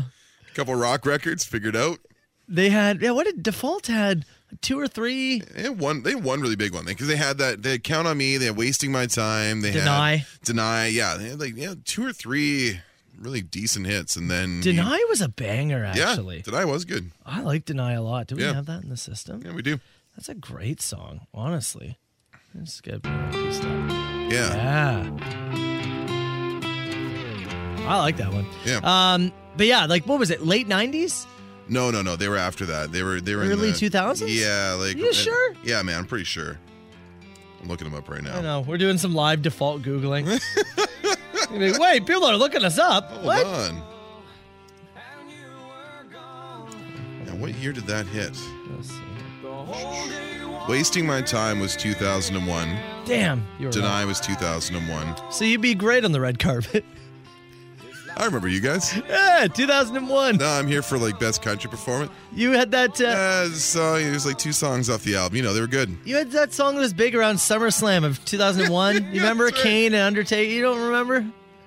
E: a couple rock records figured out.
D: They had yeah. What did Default had two or three?
E: They had one. They had one really big one because they had that. They had count on me. They had wasting my time. They
D: Deny.
E: had deny. Yeah, they had like yeah, two or three really decent hits, and then you-
D: Deny was a banger,
E: yeah,
D: actually.
E: Deny was good.
D: I like Deny a lot. Do we
E: Yeah.
D: have that in the system?
E: Yeah, we do.
D: That's a great song, honestly. It's good. Yeah.
E: Yeah,
D: I like that one.
E: yeah.
D: Um, but yeah, like what was it? Late nineties?
E: no, no, no. They were after that. They were they were
D: Early
E: in the,
D: 2000s?
E: Yeah, like uh,
D: You sure?
E: Yeah, man, I'm pretty sure. I'm looking them up right now.
D: I know we're doing some live default googling. You're like, Wait, people are looking us up.
E: Hold
D: what?
E: on. Now, what year did that hit?
D: Let's see.
E: Wasting My Time was 2001.
D: Damn, you were
E: Deny was 2001.
D: right. So you'd be great on the red carpet.
E: I remember you guys.
D: yeah, 2001.
E: No, I'm here for like best country performance.
D: You had that. Uh,
E: Uh, so it was like two songs off the album. You know, they were good.
D: You had that song that was big around SummerSlam of 2001. You remember
E: That's right.
D: Kane and Undertaker? You don't remember?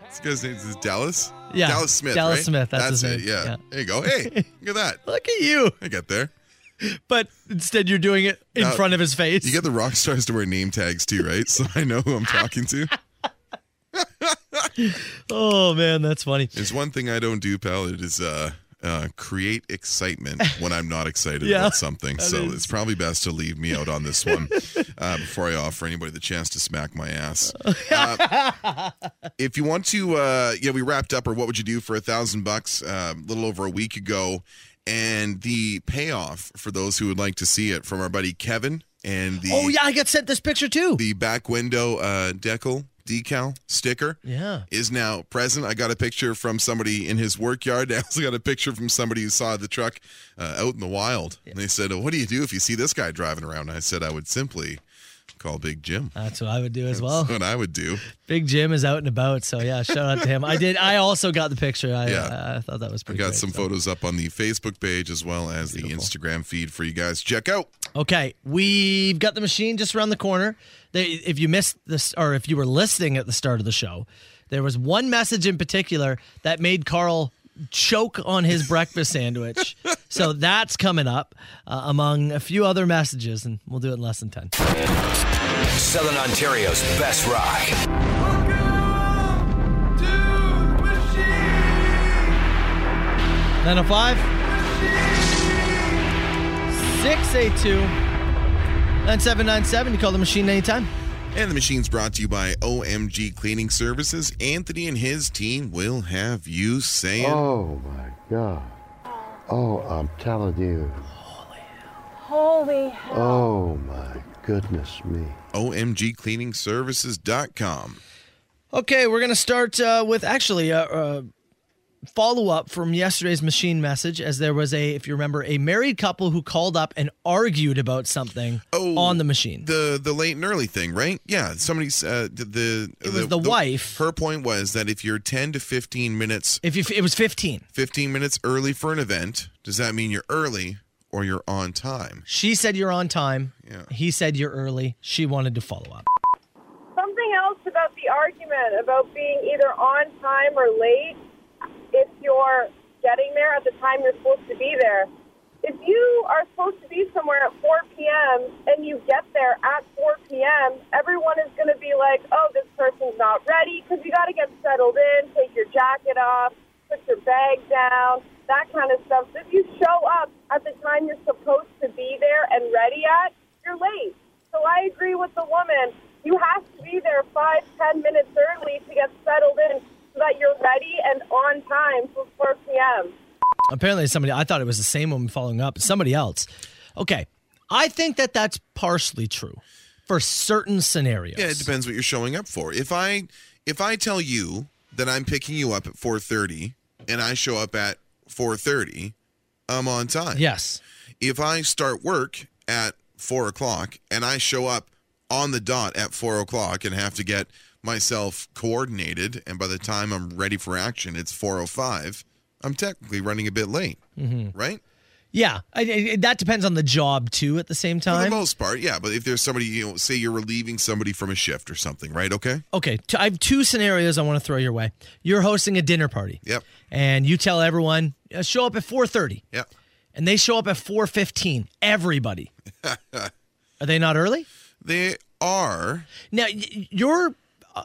E: This guy's name is Dallas.
D: Yeah,
E: Dallas Smith.
D: Dallas
E: right?
D: Smith, that's his
E: it.
D: name,
E: Yeah.
D: yeah.
E: There you go. Hey, look at that.
D: Look at you.
E: I got there.
D: But instead, you're doing it in
E: Now,
D: front of his face.
E: You get the rock stars to wear name tags too, right? So I know who I'm talking to.
D: oh man, that's funny.
E: There's one thing I don't do, pal. It is uh, uh, create excitement when I'm not excited
D: Yeah,
E: about something.
D: that
E: So
D: is-
E: it's probably best to leave me out on this one uh, before I offer anybody the chance to smack my ass. Uh, if you want to, uh, yeah, we wrapped up or what would you do for a thousand bucks uh, a little over a week ago, and the payoff for those who would like to see it from our buddy Kevin and the
D: Oh yeah, I got sent this picture too.
E: the back window uh, decal decal sticker
D: Yeah.
E: is now present. I got a picture from somebody in his work yard. I also got a picture from somebody who saw the truck uh, out in the wild. And they said, "What do you do if you see this guy driving around?" I said, "I would simply call Big Jim."
D: That's what I would do as Uh, well.
E: That's what I would do.
D: Big Jim is out and about, so yeah, shout out to him. I did. I also got the picture. I,
E: Yeah.
D: I, I thought that was
E: I
D: pretty.
E: got
D: great,
E: some
D: so.
E: photos up on the Facebook page as well as the Instagram feed for you guys. Check out.
D: Okay, we've got the machine just around the corner. They, if you missed this, or if you were listening at the start of the show, there was one message in particular that made Carl choke on his breakfast sandwich. So that's coming up uh, among a few other messages, and we'll do it in less than 10.
C: Southern Ontario's best rock.
D: Nine oh five. Six eight two. Nine seven nine seven. You call the machine anytime.
E: And the machine's brought to you by OMG Cleaning Services. Anthony and his team will have you saying.
G: Oh my God. Oh, I'm telling you.
F: Holy
G: Oh my goodness me.
E: OMGCleaningservices.com.
D: Okay, we're going to start uh, with actually a, a follow up from yesterday's machine message, as there was a, if you remember, a married couple who called up and argued about something
E: Oh,
D: on the machine.
E: The the late and early thing, right? Yeah, somebody's uh, the the,
D: It was the wife.
E: Her point was that if you're 10 to 15 minutes
D: if you, it was 15,
E: 15 minutes early for an event, does that mean you're early or you're on time?
D: she said you're on time.
E: Yeah.
D: He said you're early. She wanted to follow up.
H: something else about the argument about being either on time or late if you're getting there at the time you're supposed to be there. If you are supposed to be somewhere at 4 p.m. and you get there at 4 p.m., everyone is going to be like, oh, this person's not ready because you got to get settled in, take your jacket off, put your bag down, that kind of stuff. So if you show up at the time you're supposed to be there and ready at, you're late. So I agree with the woman. You have to be there five, ten minutes early to get settled in so that you're ready and on time for 4 p.m.
D: Apparently, somebody, I thought it was the same woman following up, somebody else. Okay, I think that that's partially true for certain scenarios.
E: Yeah, it depends what you're showing up for. If I if I tell you that I'm picking you up at 4:30 and I show up at 4:30, I'm on time.
D: Yes.
E: if I start work at four o'clock and I show up on the dot at four o'clock and have to get myself coordinated, and by the time I'm ready for action, it's four o five. I'm technically running a bit late, right?
D: Yeah, I, I- that depends on the job too. At the same
E: For the
D: time,
E: most part, yeah. But if there's somebody, you know, say you're relieving somebody from a shift or something, right? Okay.
D: okay. T- I have two scenarios I want to throw your way. You're hosting a dinner party,
E: Yep.
D: and you tell everyone "Uh, show up at 4:30,
E: Yeah.
D: and they show up at 4:15. Everybody, are they not early?
E: They are.
D: Now y- you're. Uh,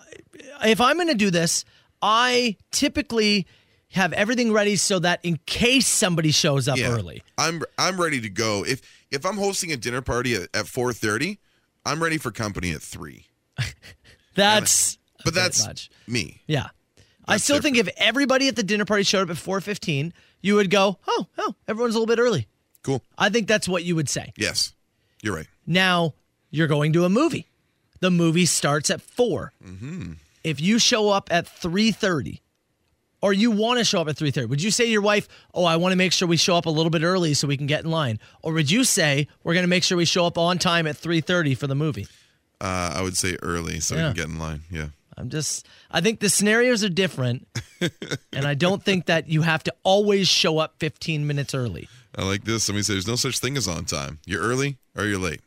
D: if I'm going to do this, I typically have everything ready so that in case somebody shows up
E: Yeah.
D: early.
E: I'm I'm ready to go. If if I'm hosting a dinner party at, at 4:30, I'm ready for company at 3.
D: That's
E: But
D: bit
E: that's
D: much.
E: me.
D: yeah. I
E: That's
D: still think if everybody at the dinner party showed up at 4:15, you would go, "Oh, oh, everyone's a little bit early."
E: Cool.
D: I think that's what you would say.
E: Yes. You're right.
D: Now you're going to a movie. The movie starts at 4 If you show up at three thirty, or you want to show up at three thirty, would you say to your wife, "Oh, I want to make sure we show up a little bit early so we can get in line," or would you say, "We're going to make sure we show up on time at three thirty for the movie"?
E: Uh, I would say early so
D: Yeah.
E: we can get in line. Yeah.
D: I'm just, I think the scenarios are different, and I don't think that you have to always show up 15 minutes early.
E: I like this. Somebody said there's no such thing as on time. You're early or you're late.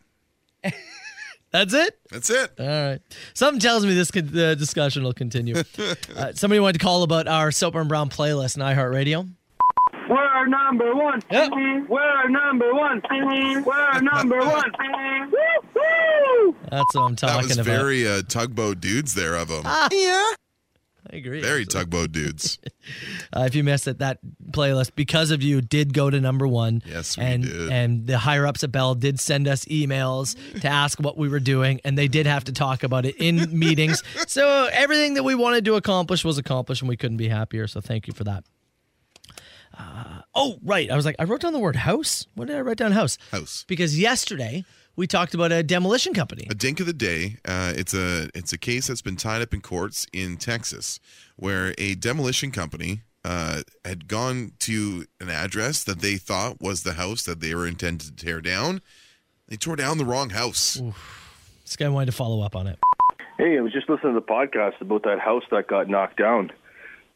D: That's it.
E: That's it.
D: All right. Something tells me this could, the discussion will continue. uh, somebody wanted to call about our Soap and Brown playlist in iHeartRadio.
B: We're number one.
D: Yep.
B: We're number one. We're number one. Woo-hoo!
D: That's what I'm
E: That
D: talking
E: was
D: about.
E: very uh, tugboat dudes there of them.
D: Ah. I agree.
E: Very
D: actually.
E: tugboat dudes.
D: Uh, if you missed it, that playlist because of you did go to number one.
E: Yes, we
D: and,
E: did.
D: And the higher ups at Bell did send us emails to ask what we were doing, and they did have to talk about it in meetings. So everything that we wanted to accomplish was accomplished, and we couldn't be happier. So thank you for that. Uh, oh, right. I was like, I wrote down the word house. What did I write down? House.
E: House.
D: Because yesterday we talked about a demolition company.
E: A dink of the day. Uh, it's a it's a case that's been tied up in courts in Texas, where a demolition company uh, had gone to an address that they thought was the house that they were intended to tear down. They tore down the wrong house.
D: This guy wanted to follow up on it.
I: Hey, I was just listening to the podcast about that house that got knocked down.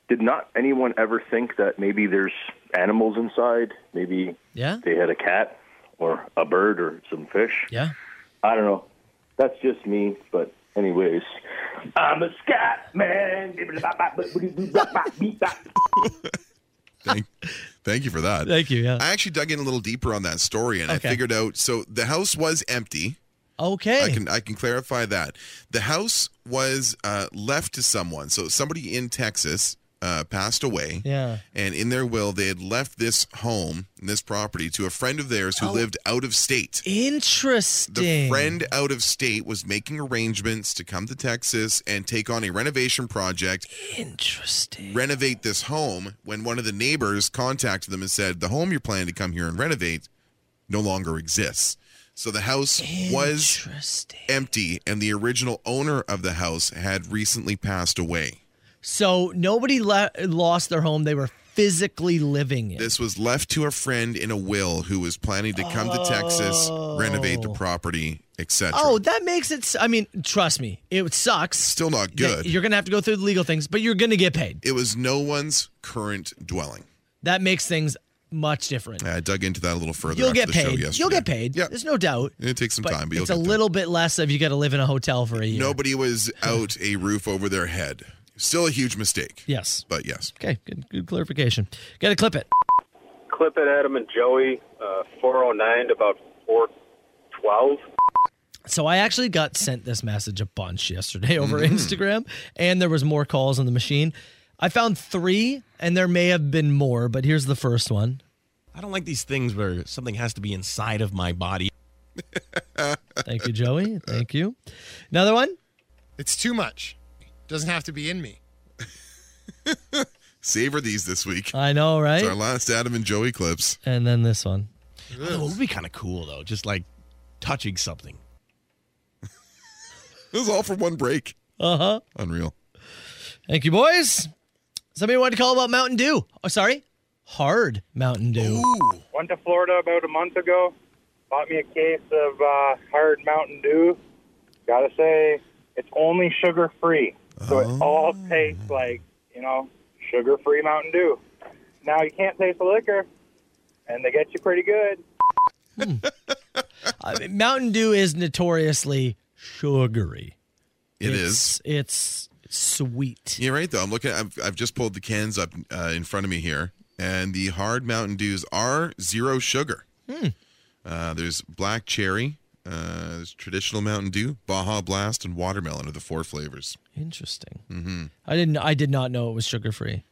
I: Did not anyone ever think that maybe there's animals inside? Maybe
D: Yeah.
I: they had a cat or a bird or some fish?
D: Yeah.
I: I don't know. That's just me, but anyways. I'm a scat man.
E: Thank, thank you for that.
D: Thank you. Yeah.
E: I actually dug in a little deeper on that story, and
D: Okay.
E: I figured out. So the house was empty.
D: Okay.
E: I can I can clarify that. The house was uh, left to someone. So somebody in Texas uh, passed away.
D: Yeah.
E: And in their will, they had left this home, and this property, to a friend of theirs
D: Oh.
E: who lived out of state.
D: Interesting.
E: The friend out of state was making arrangements to come to Texas and take on a renovation project,
D: Interesting.
E: renovate this home. When one of the neighbors contacted them and said, "The home you're planning to come here and renovate no longer exists." So the house was
D: Interesting.
E: empty and the original owner of the house had recently passed away.
D: So nobody le- lost their home; they were physically living in.
E: This was left to a friend in a will who was planning to come to Texas, renovate the property, etc.
D: oh, that makes it. s- I mean, trust me, it sucks.
E: still not
D: that
E: good.
D: You're gonna have to go through the legal things, but you're gonna get paid.
E: it was no one's current dwelling.
D: That makes things much different.
E: I dug into that a little further.
D: You'll
E: after
D: get
E: the Show
D: paid.
E: yesterday.
D: You'll get paid.
E: Yeah,
D: There's no doubt.
E: it takes some
D: But
E: time, but
D: it's a
E: you'll get there.
D: little bit less if you got to live in a hotel for a year.
E: Nobody was out a roof over their head. Still a huge mistake.
D: Yes.
E: But yes,
D: Okay. Good. Good clarification. Got to clip it.
I: Clip it, Adam and Joey, uh, 409 to about 412.
D: So I actually got sent this message a bunch yesterday over
E: Mm.
D: Instagram, and there was more calls on the machine. I found three, and there may have been more, but here's the first one.
A: I don't like these things where something has to be inside of my body.
D: Thank you, Joey. Thank you. Another one.
J: It's too much. Doesn't have to be in me.
E: savor these this week.
D: I know,
E: It's our
D: right?
E: last Adam and Joey clips.
D: And then this one.
A: Oh, it would be kind of cool though, just like touching something.
E: This is all for one break.
D: Uh huh.
E: Unreal.
D: Thank you, boys. Somebody wanted to call about Mountain Dew. Oh, sorry. Hard Mountain Dew.
E: Ooh.
I: Went to Florida about a month ago. Bought me a case of uh, hard Mountain Dew. Gotta say, it's only sugar free. So it all tastes like, you know, sugar free Mountain Dew. Now you can't taste the liquor, and they get you pretty good.
D: I mean, Mountain Dew is notoriously sugary.
E: It is.
D: it's, It's sweet.
E: You're right, though. I'm looking. I've, I've just pulled the cans up uh, in front of me here, and the
D: Hmm.
E: hard Mountain Dews are zero sugar. Uh, there's black cherry, Uh, there's traditional Mountain Dew, Baja Blast, and watermelon are the four flavors.
D: Interesting.
E: Mm-hmm.
D: I didn't. I did not know it was sugar free.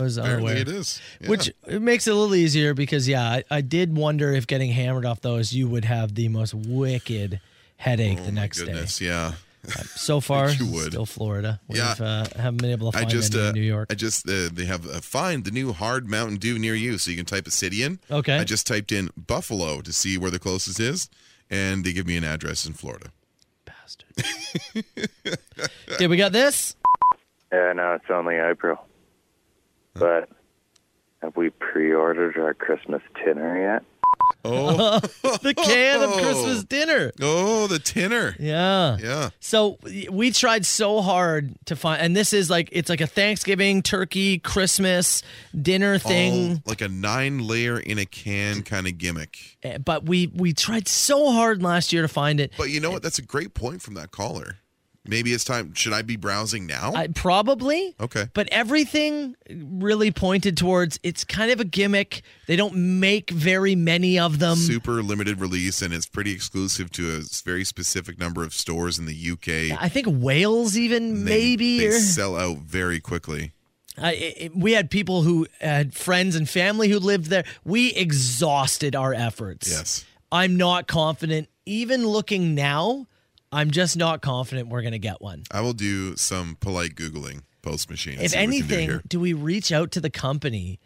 D: was
E: Apparently
D: unaware.
E: it is. Yeah.
D: Which it makes it a little easier because yeah, I, I did wonder if getting hammered off those, you would have the most wicked headache the
E: Oh My
D: next day.
E: goodness, yeah.
D: So far,
E: You would.
D: still Florida. We've,
E: Yeah.
D: uh, haven't been able to
E: I
D: find
E: just
D: any
E: uh,
D: in New York.
E: I just uh, they have uh, find the new hard Mountain Dew near you, so you can type a city in.
D: Okay.
E: I just typed in Buffalo to see where the closest is, and they give me an address in Florida.
D: Did we got this?
K: Yeah, no, it's only April. But have we pre-ordered our Christmas dinner yet?
E: Oh,
D: the can of Christmas dinner.
E: Oh, the tinner.
D: Yeah.
E: Yeah.
D: So we tried so hard to find, and this is like it's like a Thanksgiving turkey Christmas dinner thing.
E: All like a nine layer in a can kind of gimmick.
D: Eh, But we we tried so hard last year to find it.
E: But you know what? That's a great point from that caller. Maybe it's time. Should I be browsing now?
D: I, probably.
E: okay.
D: But everything really pointed towards it's kind of a gimmick. They don't make very many of them.
E: Super limited release, and it's pretty exclusive to a s- very specific number of stores in the UK.
D: I think Wales even
E: And they-
D: maybe.
E: they
D: or-
E: sell out very quickly.
D: I, it, it- we had people who had friends and family who lived there. We exhausted our efforts.
E: Yes.
D: I'm not confident. Even looking now, I'm just not confident we're going to get one.
E: I will do some polite googling post machine. and
D: if
E: see what we can do
D: anything,
E: here.
D: do, we reach out to the company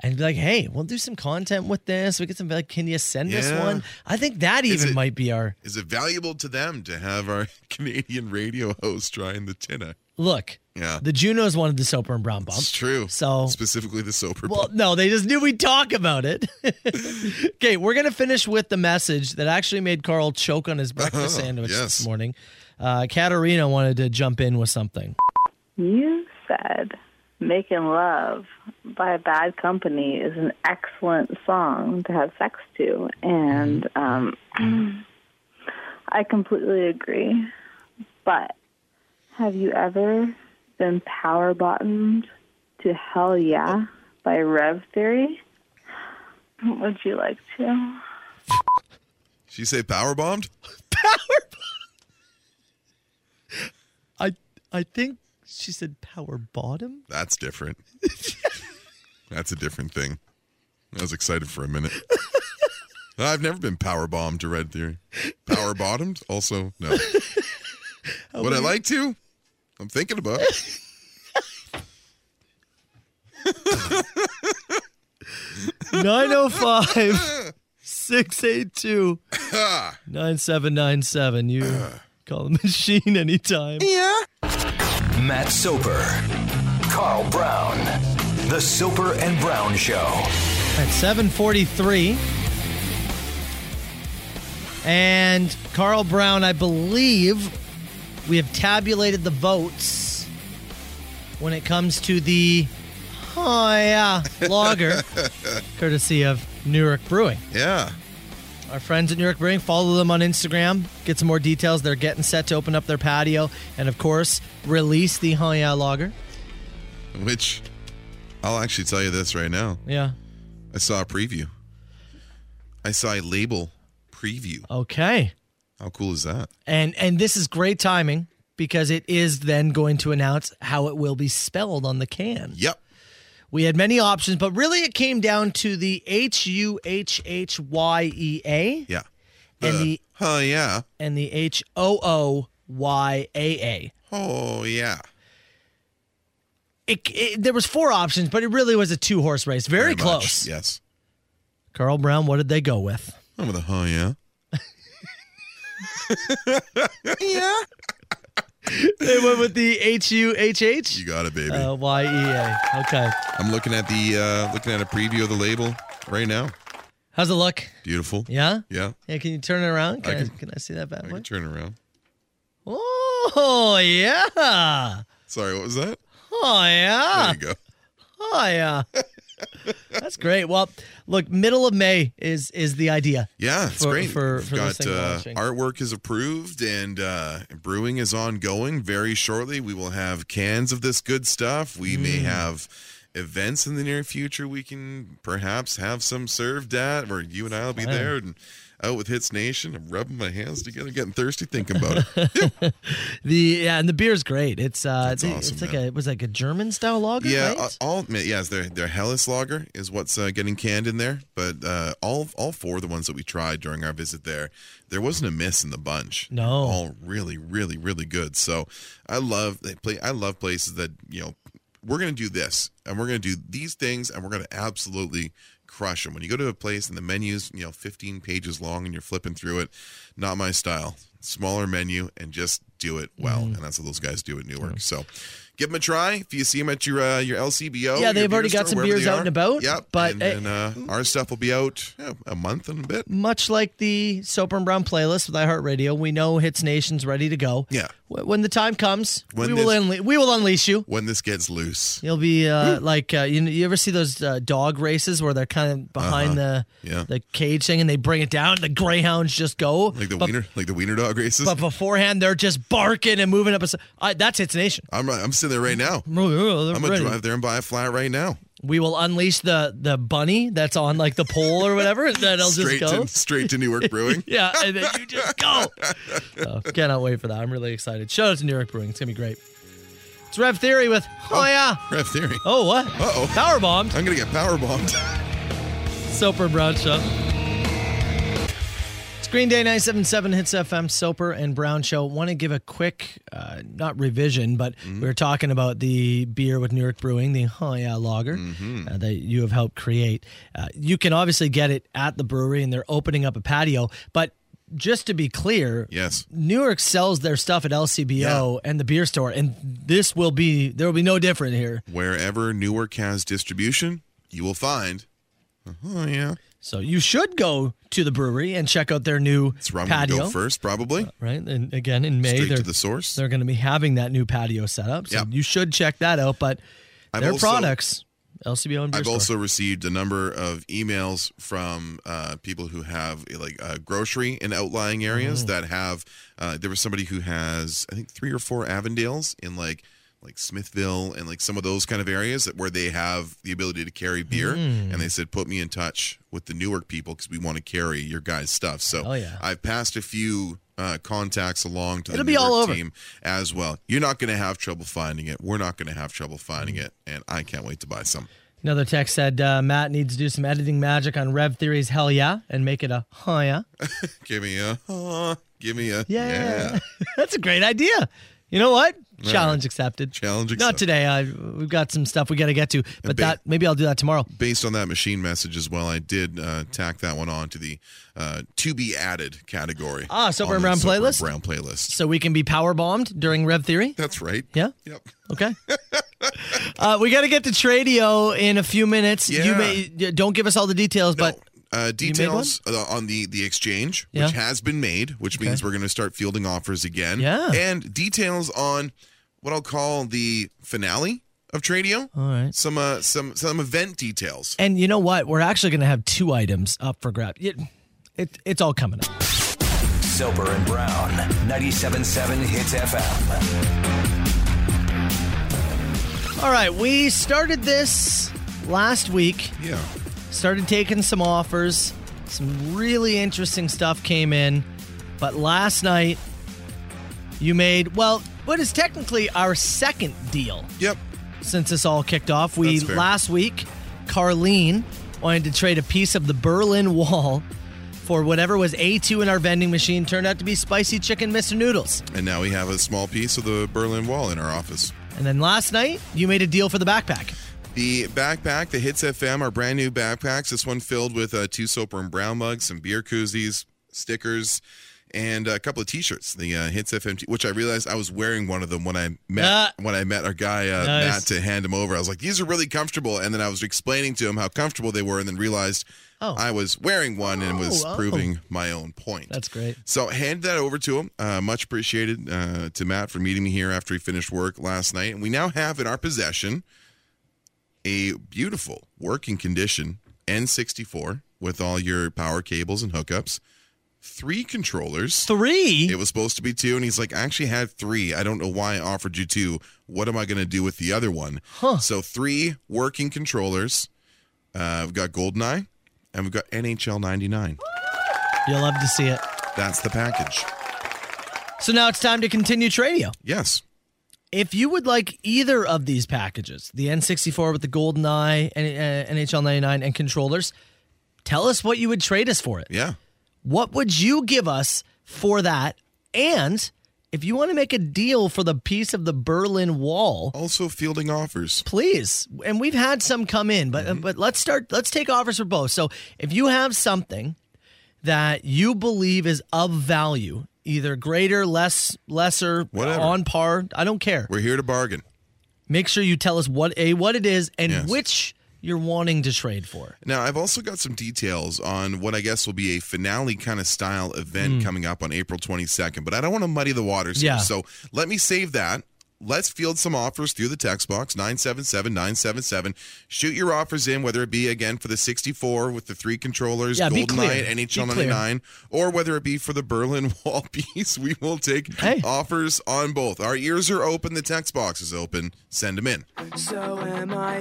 D: and be like, "Hey, we'll do some content with this. We get some like, can you send us
E: Yeah.
D: one?" I think that
E: Is
D: even
E: it-
D: might be our
E: is it valuable to them to have our Canadian radio host trying the tinna?
D: look.
E: Yeah,
D: The Junos wanted the Soper and Brown bump.
E: it's true.
D: So
E: Specifically, the soap.
D: Well, no, they just knew we'd talk about it. okay, we're going to finish with the message that actually made Carl choke on his breakfast
E: Uh-huh,
D: sandwich
E: yes.
D: this morning. Uh, Katarina wanted to jump in with something.
L: You said Making Love by Bad Company is an excellent song to have sex to. And um,
M: Mm-hmm.
L: I completely agree. But have you ever been power bottomed to Hell Yeah by Rev Theory? Would you like to?
E: She say power bombed.
D: I I think she said power bottom.
E: That's different. That's a different thing. I was excited for a minute. I've never been power bombed to Red Theory. Power bottomed? Also, no. Would I like to? I'm thinking about it.
D: Nine oh five six eight two nine seven nine seven. You call the machine anytime.
C: Yeah. Matt Soper, Carl Brown, The Soper and Brown Show.
D: At 7:43. And Carl Brown, I believe we have tabulated the votes when it comes to the oh yeah logger, courtesy of Newark Brewing.
E: Yeah.
D: Our friends at Newark Brewing, follow them on Instagram, get some more details. They're getting set to open up their patio, and of course, release the oh yeah logger.
E: Which I'll actually tell you this right now.
D: Yeah.
E: I saw a preview. I saw a label preview.
D: Okay.
E: How cool is that?
D: And and this is great timing because it is then going to announce how it will be spelled on the can.
E: Yep.
D: We had many options, but really it came down to the H U H H Y E A
E: Yeah.
D: and the
E: Oh yeah.
D: and the H O O Y A A.
E: Oh yeah.
D: It, it, there was four options, but it really was a two horse race. Very,
E: much.
D: close.
E: Yes.
D: Carl Brown, what did they go with?
E: I'm with a huh yeah.
D: yeah. they went with the H U H H
E: You got it, baby.
D: uh, Y E A. Okay.
E: I'm looking at the uh looking at a preview of the label right now.
D: How's it look?
E: Beautiful.
D: Yeah?
E: Yeah.
D: Yeah, can you turn it around? Can I,
E: can-
D: can, I see that bad
E: I
D: boy?
E: can turn around.
D: Oh yeah.
E: Sorry, what was that?
D: Oh yeah.
E: There you go.
D: Oh yeah. That's great. Well, look, middle of May is is the idea.
E: Yeah, it's
D: For-
E: great.
D: for-
E: We've
D: for this
E: got
D: thing
E: uh,
D: launching.
E: artwork is approved and uh, brewing
D: Mm.
E: is ongoing. Very shortly, we will have cans of this good stuff. We may have uh, events in the near future we can perhaps have some served at, or you and I'll be
D: Wow.
E: there and out with Hits Nation. I'm rubbing my hands together, getting thirsty thinking about it.
D: The yeah, and the beer's great. It's uh, it's,
E: awesome,
D: it's like a it was like a German style lager.
E: Yeah,
D: right?
E: uh, all yes, their their Hellas lager is what's uh, getting canned in there. But uh, all all four of the ones that we tried during our visit there, there wasn't a miss in the bunch.
D: No.
E: all really, really, really good. So I love they play. I love places that you know we're gonna do this and we're gonna do these things and we're gonna absolutely crush them. When you go to a place and the menu's you know 15 pages long and you're flipping through it, not my style. Smaller menu and just do it well,
D: Mm-hmm.
E: and that's what those guys do at Newark. So. Give them a try. If you see them at your uh, your LCBO,
D: Yeah,
E: your
D: they've
E: beer
D: already
E: store,
D: got some
E: wherever
D: beers
E: they
D: out
E: are.
D: and about,
E: Yep,
D: but,
E: and, then, uh, our stuff will be out yeah, a month and a bit.
D: much like the Soap and Brown playlist with iHeartRadio, we know Hits Nation's ready to go.
E: Yeah.
D: Wh- When the time comes,
E: When
D: we will
E: this-
D: unle- we will unleash you.
E: When this gets loose,
D: You'll be uh, like uh, you, you ever see those uh, dog races where they're kind of behind the
E: Uh-huh. Yeah.
D: the cage thing and they bring it down. The greyhounds just go
E: like the
D: but,
E: wiener like the wiener dog races.
D: but beforehand they're just barking and moving up. A, s- I, that's Hits Nation.
E: I'm I'm sitting there right now. I'm gonna drive there and buy a flat right now.
D: We will unleash the the bunny that's on like the pole or whatever, and then it'll
E: straight
D: just go.
E: to straight to Newark Brewing.
D: yeah, and then you just go. So, cannot wait for that. I'm really excited. Shout out to New York Brewing. It's gonna be great. It's Rev Theory with Oh, yeah.
E: Rev Theory.
D: Oh what? Uh
E: oh.
D: Power bombed.
E: I'm gonna get power bombed.
D: Soper and Brown Show. It's Green Day 977 Hits FM, Soper and Brown Show. Want to give a quick, uh, not revision, but we were talking about the beer with New York Brewing, the Oh Yeah Lager uh, that you have helped create. Uh, you can obviously get it at the brewery, and they're opening up a patio. But just to be clear,
E: Yes.
D: Newark sells their stuff at LCBO and the beer store, and this will be there will be no different here.
E: Wherever Newark has distribution, you will find. Oh yeah.
D: So you should go to the brewery and check out their new
E: That's where I'm
D: patio.
E: gonna go first, probably.
D: right? And again, in May,
E: Straight
D: they're,
E: to the source.
D: they're going to be having that new patio setup. So
E: Yep.
D: you should check that out. But
E: I've
D: their
E: also-
D: products, LCBO and Beer
E: I've
D: Store.
E: also received a number of emails from uh, people who have like uh, grocery in outlying
D: Mm.
E: areas that have. Uh, there was somebody who has I think three or four Avondales in like like Smithville and like some of those kind of areas that where they have the ability to carry beer,
N: Mm.
E: and they said put me in touch with the Newark people because we want to carry your guys' stuff. So
D: Oh, yeah.
E: I've passed a few. Uh, contacts along to the
D: It'll be all
E: Newark
D: over.
E: team as well. You're not going to have trouble finding it. We're not going to have trouble finding
D: Mm.
E: it, and I can't wait to buy some.
D: Another text said uh, Matt needs to do some editing magic on Rev Theory's Hell Yeah and make it a Huh Yeah.
E: Give me a, huh, give me a,
D: Yeah.
E: Uh, yeah.
D: That's a great idea. You know what?
E: right.
D: Challenge accepted.
E: Challenge
D: Not today. I, we've got some stuff we got to get to, but
E: ba-
D: that maybe I'll do that tomorrow.
E: Based on that machine message as well, I did uh, tack that one on to the uh, to be added category.
D: Ah, Sober
E: on
D: and
E: the
D: Brown
E: Sober and
D: playlist?
E: Brown playlist.
D: So we can be power bombed during Rev Theory?
E: That's right.
D: Yeah?
E: Yep.
D: Okay. uh, we got to get to Tradio in a few minutes. You
E: Yeah.
D: may y- don't give us all the details, but
E: Uh,
D: You made one?
E: details uh, on the the exchange,
D: Yeah.
E: which has been made, which means we're going to start fielding offers again.
D: Yeah.
E: And details on what I'll call the finale of Tradio.
D: All right.
E: Some uh, some some event details.
D: and you know what? We're actually going to have two items up for grab. It, it, it's all coming up.
C: Soper and Brown, 97.7 Hits FM.
D: All right, we started this last week.
E: Yeah.
D: Started taking some offers. Some really interesting stuff came in. But last night, you made, well, what is technically our second deal.
E: Yep.
D: Since this all kicked off, we
O: That's fair.
D: last week, Carlene wanted to trade a piece of the Berlin Wall for whatever was A2 in our vending machine. Turned out to be spicy chicken Mr. Noodles.
E: And now we have a small piece of the Berlin Wall in our office.
D: And then last night, you made a deal for the backpack.
E: The backpack, the Hits FM, are brand new backpacks. This one filled with uh, two Soper and Brown mugs, some beer koozies, stickers, and a couple of T-shirts. The uh, Hits FM, t- which I realized I was wearing one of them when I met
D: Ah.
E: when I met our guy uh,
D: Nice.
E: Matt to hand him over. I was like, "These are really comfortable," and then I was explaining to him how comfortable they were, and then realized
D: Oh.
E: I was wearing one and was
D: Oh, oh.
E: proving my own point.
D: That's great.
E: So hand that over to him. Uh, much appreciated uh, to Matt for meeting me here after he finished work last night. And we now have in our possession a beautiful working condition N64 with all your power cables and hookups, three controllers.
D: Three?
E: It was supposed to be two, and he's like, I actually had three. I don't know why I offered you two. What am I going to do with the other one? Huh. So three working controllers. Uh, we've got GoldenEye, and we've got NHL 99.
D: You'll love to see it.
E: That's the package.
D: So now it's time to continue Tradio.
E: Yes.
D: If you would like either of these packages, the N64 with the golden eye, N- uh, NHL 99, and controllers, tell us what you would trade us for it.
E: Yeah.
D: What would you give us for that? And if you want to make a deal for the piece of the Berlin Wall,
E: also fielding offers,
D: please. And we've had some come in, but
E: Mm-hmm.
D: but let's start. Let's take offers for both. So if you have something that you believe is of value, either greater, less, lesser,
E: Whatever.
D: on par, I don't care.
E: We're here to bargain.
D: Make sure you tell us what a what it is and
E: Yes.
D: which you're wanting to trade for.
E: Now, I've also got some details on what I guess will be a finale kind of style event
B: Hmm.
E: coming up on April 22nd, but I don't want to muddy the waters
D: Yeah.
E: here. So let me save that. Let's field some offers through the text box 977 977. Shoot your offers in, whether it be again for the 64 with the three controllers,
B: Yeah, be
E: Golden
B: clear.
E: Knight, NHL
B: Be clear.
E: 99, or whether it be for the Berlin Wall piece. We will take offers on both. Our ears are open, the text box is open. Send them in.
B: So am I.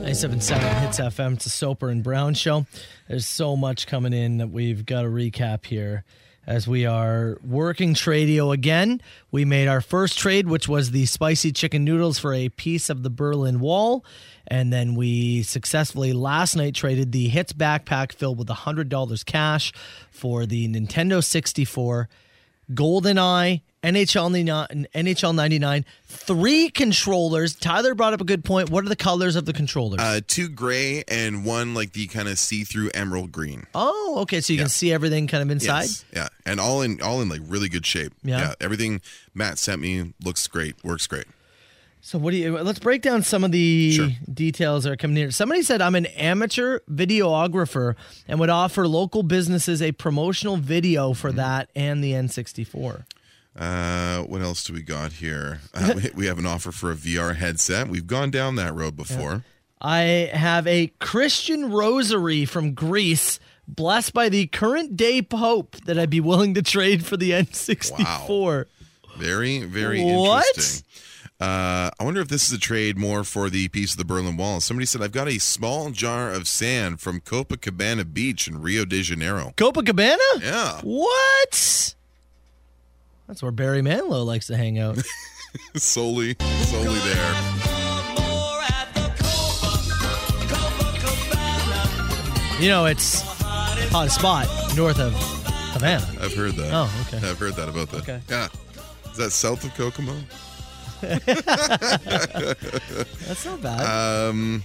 D: 977 Hits FM. It's a Soper and Brown show. There's so much coming in that we've got to recap here as we are working Tradio again. We made our first trade, which was the spicy chicken noodles for a piece of the Berlin Wall. And then we successfully last night traded the Hits backpack filled with $100 cash for the Nintendo 64, GoldenEye, NHL 99, NHL 99, three controllers. Tyler brought up a good point. What are the colors of the controllers?
E: Uh, two gray and one like the kind of see-through emerald green.
D: Oh, okay. So you can see everything kind of inside.
E: Yes, Yeah, and all in all in like really good shape.
D: Yeah.
E: everything Matt sent me looks great, works great.
D: So what do you? Let's break down some of the details that are coming here. Somebody said I'm an amateur videographer and would offer local businesses a promotional video
E: Mm-hmm.
D: for that and the N64.
E: Uh, what else do we got here? Uh, we- we have an offer for a VR headset. We've gone down that road before.
D: I have a Christian rosary from Greece, blessed by the current day Pope, that I'd be willing to trade for the N64.
E: Very, very
D: What?
E: interesting. Uh, I wonder if this is a trade more for the piece of the Berlin Wall. Somebody said I've got a small jar of sand from Copacabana Beach in Rio de Janeiro.
D: Copacabana?
E: Yeah.
D: What? That's where Barry Manilow likes to hang out.
E: solely, solely there.
D: You know, it's hot spot north of Havana.
E: I've heard that.
D: Oh, okay.
E: I've heard that about that.
D: Okay.
E: Yeah. Is that south of Kokomo?
D: That's not bad.
E: Um,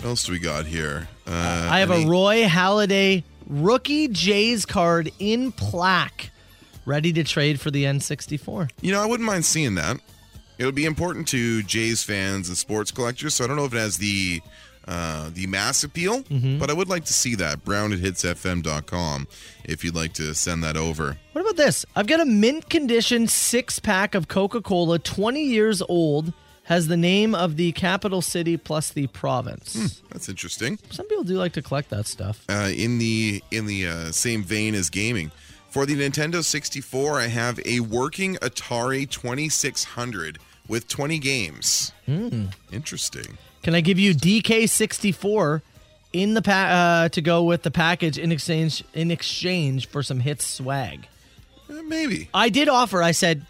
E: what else do we got here? Uh,
D: I have
E: any-
D: a Roy Halladay rookie Jays card in plaque, ready to trade for the N64.
E: You know, I wouldn't mind seeing that. It'll be important to Jays fans and sports collectors. So I don't know if it has the uh, the mass appeal,
D: Mm-hmm.
E: but I would like to see that. Brown at hitsfm.com if you'd like to send that over.
D: What about this? I've got a mint condition six pack of Coca Cola, 20 years old, has the name of the capital city plus the province.
E: That's interesting.
D: Some people do like to collect that stuff.
E: uh, in the in the uh, same vein as gaming. For the Nintendo 64, I have a working Atari 2600 with 20 games. Interesting.
D: Can I give you DK64 in the pa- uh, to go with the package in exchange in exchange for some hits swag?
E: Uh, maybe.
D: I did offer. I said,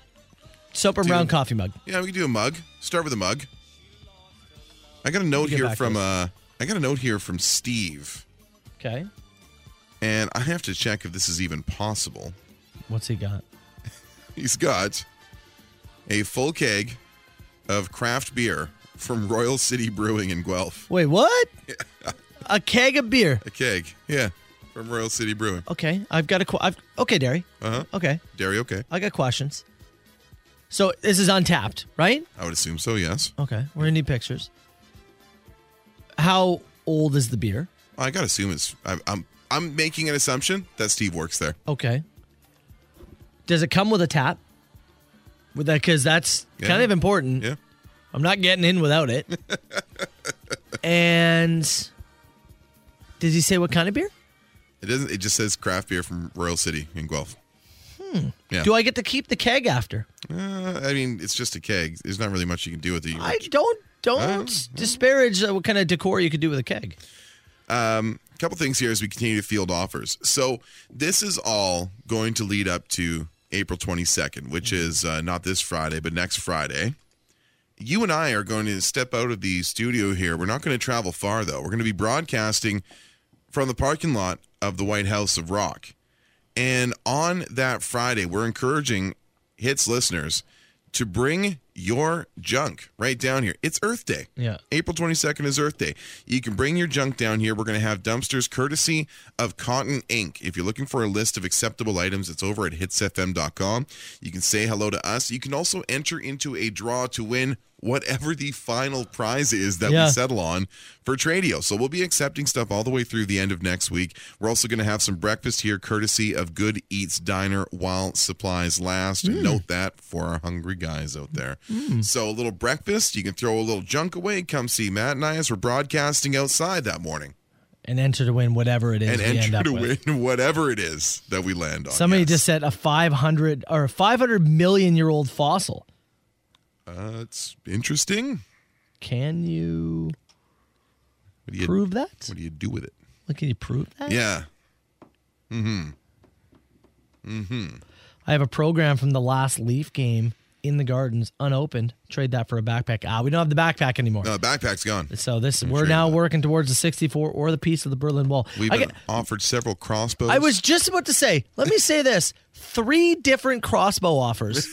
D: soap and brown coffee mug.
E: Yeah, we can do a mug. Start with a mug. I got a note
D: get
E: here
D: back to
E: from uh, I got a note here from Steve,
D: Okay,
E: and I have to check if this is even possible.
D: what's he got?
E: He's got a full keg of craft beer from Royal City Brewing in Guelph.
D: Wait, what? a keg of beer.
E: A keg, yeah, from Royal City Brewing.
D: Okay, I've got a. Qu- I've, okay, Derry.
E: Uh huh.
D: Okay,
E: Dairy, okay.
D: I got questions. So this is untapped, right?
E: I would assume so, yes.
D: Okay, we're gonna need pictures. How old is the beer?
E: I gotta assume it's. I, I'm I'm making an assumption that Steve works there.
D: Okay. Does it come with a tap? With that, because that's
E: Yeah.
D: kind of important.
E: Yeah.
D: I'm not getting in without it. and did he say what kind of beer?
E: It doesn't. It just says craft beer from Royal City in Guelph.
D: Hmm.
E: Yeah.
D: Do I get to keep the keg after?
E: Uh, I mean, it's just a keg. There's not really much you can do with it. You-
D: I don't don't disparage uh, what kind of decor you could do with a keg.
E: Um, a couple things here as we continue to field offers. So this is all going to lead up to April 22nd, which is uh, not this Friday, but next Friday. You and I are going to step out of the studio here. We're not going to travel far though. We're going to be broadcasting from the parking lot of the White House of Rock. And on that Friday, we're encouraging Hits listeners to bring your junk right down here. It's Earth Day.
D: Yeah.
E: April 22nd is Earth Day. You can bring your junk down here. We're going to have dumpsters courtesy of Cotton Inc. If you're looking for a list of acceptable items, it's over at hitsfm.com. You can say hello to us. You can also enter into a draw to win whatever the final prize is that
N: Yeah.
E: we settle on for Tradio. So we'll be accepting stuff all the way through the end of next week. We're also going to have some breakfast here courtesy of Good Eats Diner while supplies last. And
D: Hmm.
N: Mm.
E: note that for our hungry guys out there.
N: Mm.
E: So a little breakfast, you can throw a little junk away. Come see Matt and I as we're broadcasting outside that morning.
D: And enter to win whatever it is
E: And
D: we end
E: enter
D: up
E: to
D: with.
E: win whatever it is that we land on.
D: Somebody just said a 500 or a 500 million year old fossil.
E: Uh, it's interesting.
D: Can you
E: What do you
D: prove that?
E: What do you do with it?
D: Like, can you prove that?
E: Yeah. Mm-hmm. Mm-hmm.
D: I have a program from the last Leaf game in the gardens, unopened. Trade that for a backpack. Ah, we don't have the backpack anymore.
E: No, Uh, backpack's gone.
D: So this We're now working towards the 64 or the piece of the Berlin Wall.
E: We've
D: I,
E: been
D: get-
E: offered several crossbows.
D: I was just about to say, let me say this three different crossbow offers,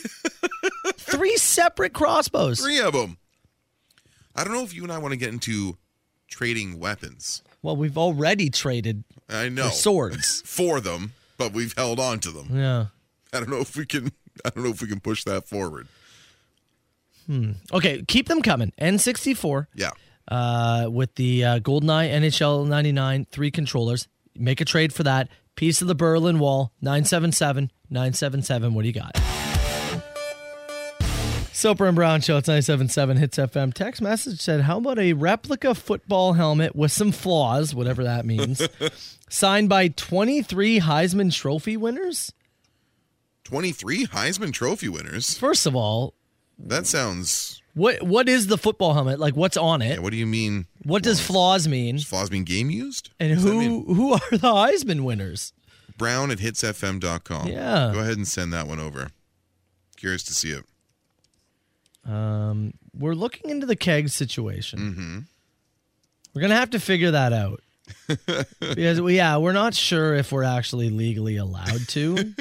D: three separate crossbows.
E: three of them. I don't know if you and I want to get into trading weapons.
D: Well, we've already traded.
E: I know
D: For swords
E: for them, but we've held on to them.
D: Yeah.
E: I don't know if we can. I don't know if we can push that forward.
D: Hmm. Okay, keep them coming. N64.
E: Yeah.
D: Uh, with the uh, GoldenEye NHL 99 three controllers. Make a trade for that. Piece of the Berlin Wall, 977, 977. What do you got? Soper and Brown Show, it's 977 Hits FM. Text message said, How about a replica football helmet with some flaws, whatever that means, signed by 23 Heisman Trophy winners?
E: 23 Heisman Trophy winners.
D: First of all,
E: that sounds.
D: What What is the football helmet? Like, what's on it?
E: what do you mean?
D: What does flaws mean?
E: flaws mean game used?
D: And who who are the Heisman winners?
E: Brown at hitsfm.com.
D: Yeah.
E: Go ahead and send that one over. Curious to see it.
D: Um, we're looking into the keg situation. Mm-hmm. We're gonna have to figure that out because we, yeah, we're not sure if we're actually legally allowed to.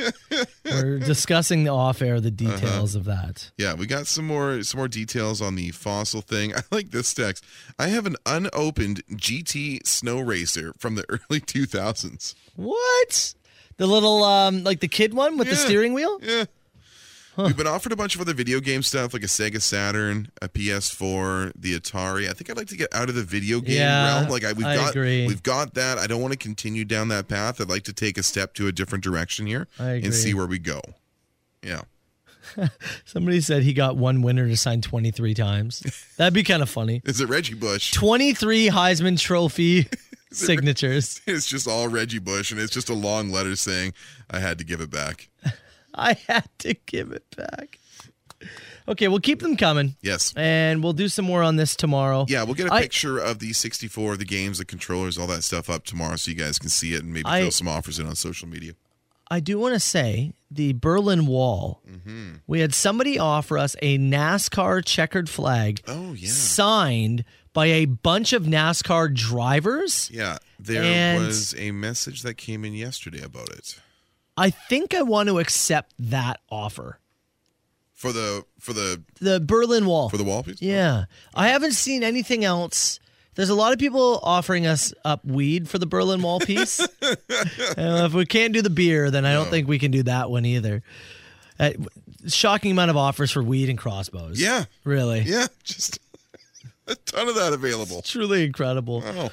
D: we're discussing the off air the details of that.
E: Yeah, we got some more some more details on the fossil thing. I like this text. I have an unopened GT snow racer from the early 2000s.
D: What? The little um, like the kid one with the
E: Yeah,
D: steering wheel.
E: Yeah. Eh. We've been offered a bunch of other video game stuff like a Sega Saturn, a PS4, the Atari. I think I'd like to get out of the video game
D: Yeah,
E: realm. Like I, we've
D: I
E: got
D: agree.
E: we've got that. I don't want to continue down that path. I'd like to take a step to a different direction here
D: I agree.
E: and see where we go. Yeah.
D: Somebody said he got one winner to sign 23 times. That'd be kind of funny.
E: Is it Reggie Bush?
D: 23 Heisman Trophy signatures.
E: It's just all Reggie Bush and it's just a long letter saying I had to give it back.
D: I had to give it back. Okay, we'll keep them coming.
E: Yes.
D: And we'll do some more on this tomorrow.
E: Yeah, we'll get a
D: I-
E: picture of the 64, the games, the controllers, all that stuff up tomorrow so you guys can see it and maybe
D: I-
E: throw some offers in on social media.
D: I do want to say the Berlin Wall.
E: Mm-hmm.
D: We had somebody offer us a NASCAR checkered flag.
E: Oh, yeah.
D: Signed by a bunch of NASCAR drivers.
E: Yeah, there
D: And-
E: was a message that came in yesterday about it
D: I think I want to accept that offer.
E: for the for the
D: The Berlin Wall.
E: for the wall piece.
D: Yeah. I haven't seen anything else. There's a lot of people offering us up weed for the Berlin Wall piece. Uh, if we can't do the beer, then I don't think we can do that one either. Uh, shocking amount of offers for weed and crossbows.
E: Yeah.
D: Really?
E: Yeah. Just a ton of that available. Oh,
D: Truly incredible.
E: Uh.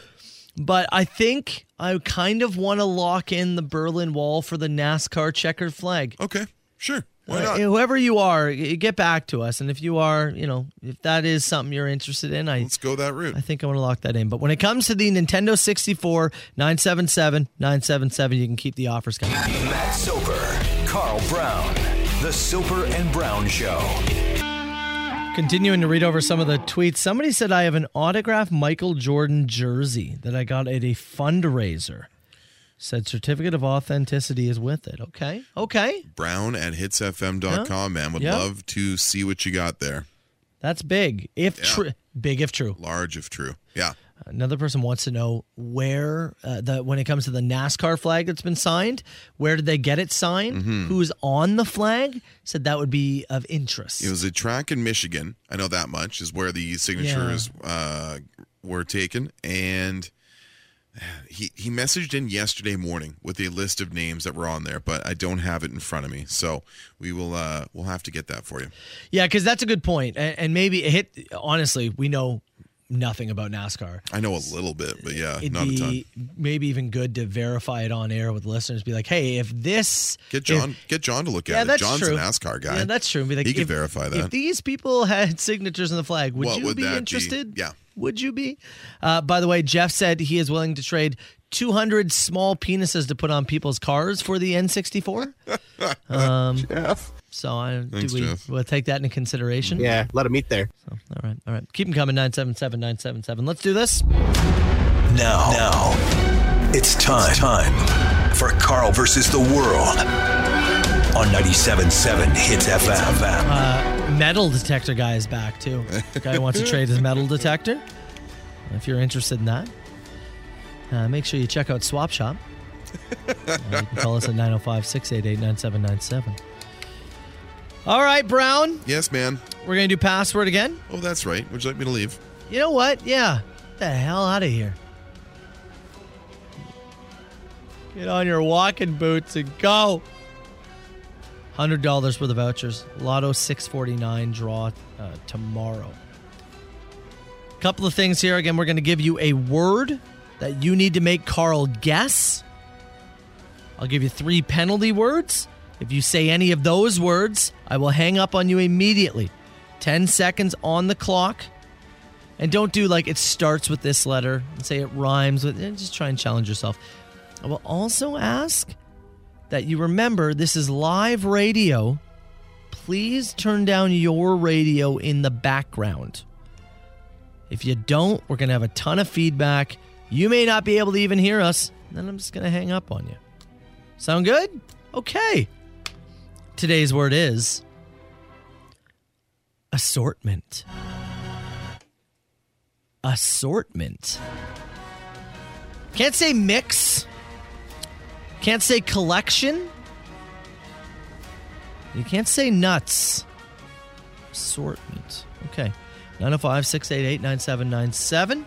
D: But I think I kind of want to lock in the Berlin Wall for the NASCAR checkered flag.
E: Okay. Sure.
D: Uh, Whoever you are, y- get back to us. And if you are, you know, if that is something you're interested in, I let's
E: go that route.
D: I think I want to lock that in. But when it comes to the Nintendo 64 977 977, you can keep the offers coming.
C: Matt Soper, Carl Brown, The Soper and Brown Show.
D: Continuing to read over some of the tweets, somebody said I have an autographed Michael Jordan jersey that I got at a fundraiser. Said certificate of authenticity is with it. Okay. Okay.
E: Brown at hitsfm.com, man. Would
D: Yeah.
E: love to see what you got there.
D: That's big. If true, big if true.
E: Large if true. Yeah.
D: Another person wants to know where uh, the when it comes to the NASCAR flag that's been signed, where did they get it signed?
E: Mhm.
D: Who's on the flag? Said that would be of interest.
E: It was a track in Michigan. I know that much is where the signatures uh, were taken. And uh, he he messaged in yesterday morning with a list of names that were on there, but I don't have it in front of me. So we will uh, we'll have to get that for you.
D: Yeah, because that's a good point. And, and maybe it hit. Honestly, we know nothing about NASCAR.
E: I know a little bit, but yeah,
D: It'd
E: not a ton.
D: be maybe even good to verify it on air with listeners. Be like, hey, if this
E: Get John get John to look at
D: yeah,
E: it.
D: that's
E: John's
D: true.
E: a NASCAR guy.
D: Yeah, that's true. Be like,
E: he could
D: if-
E: verify that.
D: If these people had signatures on the flag, would
E: What
D: you
E: would
D: be
E: that be?
D: interested?
E: Yeah.
D: Would you be? Uh, by the way, Jeff said he is willing to trade 200 small penises to put on people's cars for the N64. Um, Jeff. So I,
N: Thanks,
D: do we,
N: Jeff.
D: we'll take that into consideration.
N: Yeah, let him eat there.
D: All right. All right. Keep them coming. 977 977. Let's do this.
C: Now, now, it's time, time for Carl versus the world on 97.7 Hits FM.
D: Uh, metal detector guy is back too. The guy wants to trade his metal detector. If you're interested in that, uh, make sure you check out Swap Shop. Uh, you can call us at 905 688 9797. All right, Brown.
E: Yes, man.
D: We're going to do password again.
E: Oh, that's right. Would you like me to leave?
D: You know what? Yeah. Get the hell out of here. Get on your walking boots and go. Hundred dollars worth of vouchers. Lotto six forty nine draw uh, tomorrow. Couple of things here. Again, we're going to give you a word that you need to make Carl guess. I'll give you three penalty words. If you say any of those words, I will hang up on you immediately. 10 seconds on the clock. And don't do like it starts with this letter and say it rhymes with eh, just try and challenge yourself. I will also ask that you remember this is live radio. Please turn down your radio in the background. If you don't, we're going to have a ton of feedback. You may not be able to even hear us. And then I'm just going to hang up on you. Sound good? Okay. Today's word is assortment. Assortment. Can't say mix. Can't say collection. You can't say nuts. Assortment. Okay. 905 688 9797.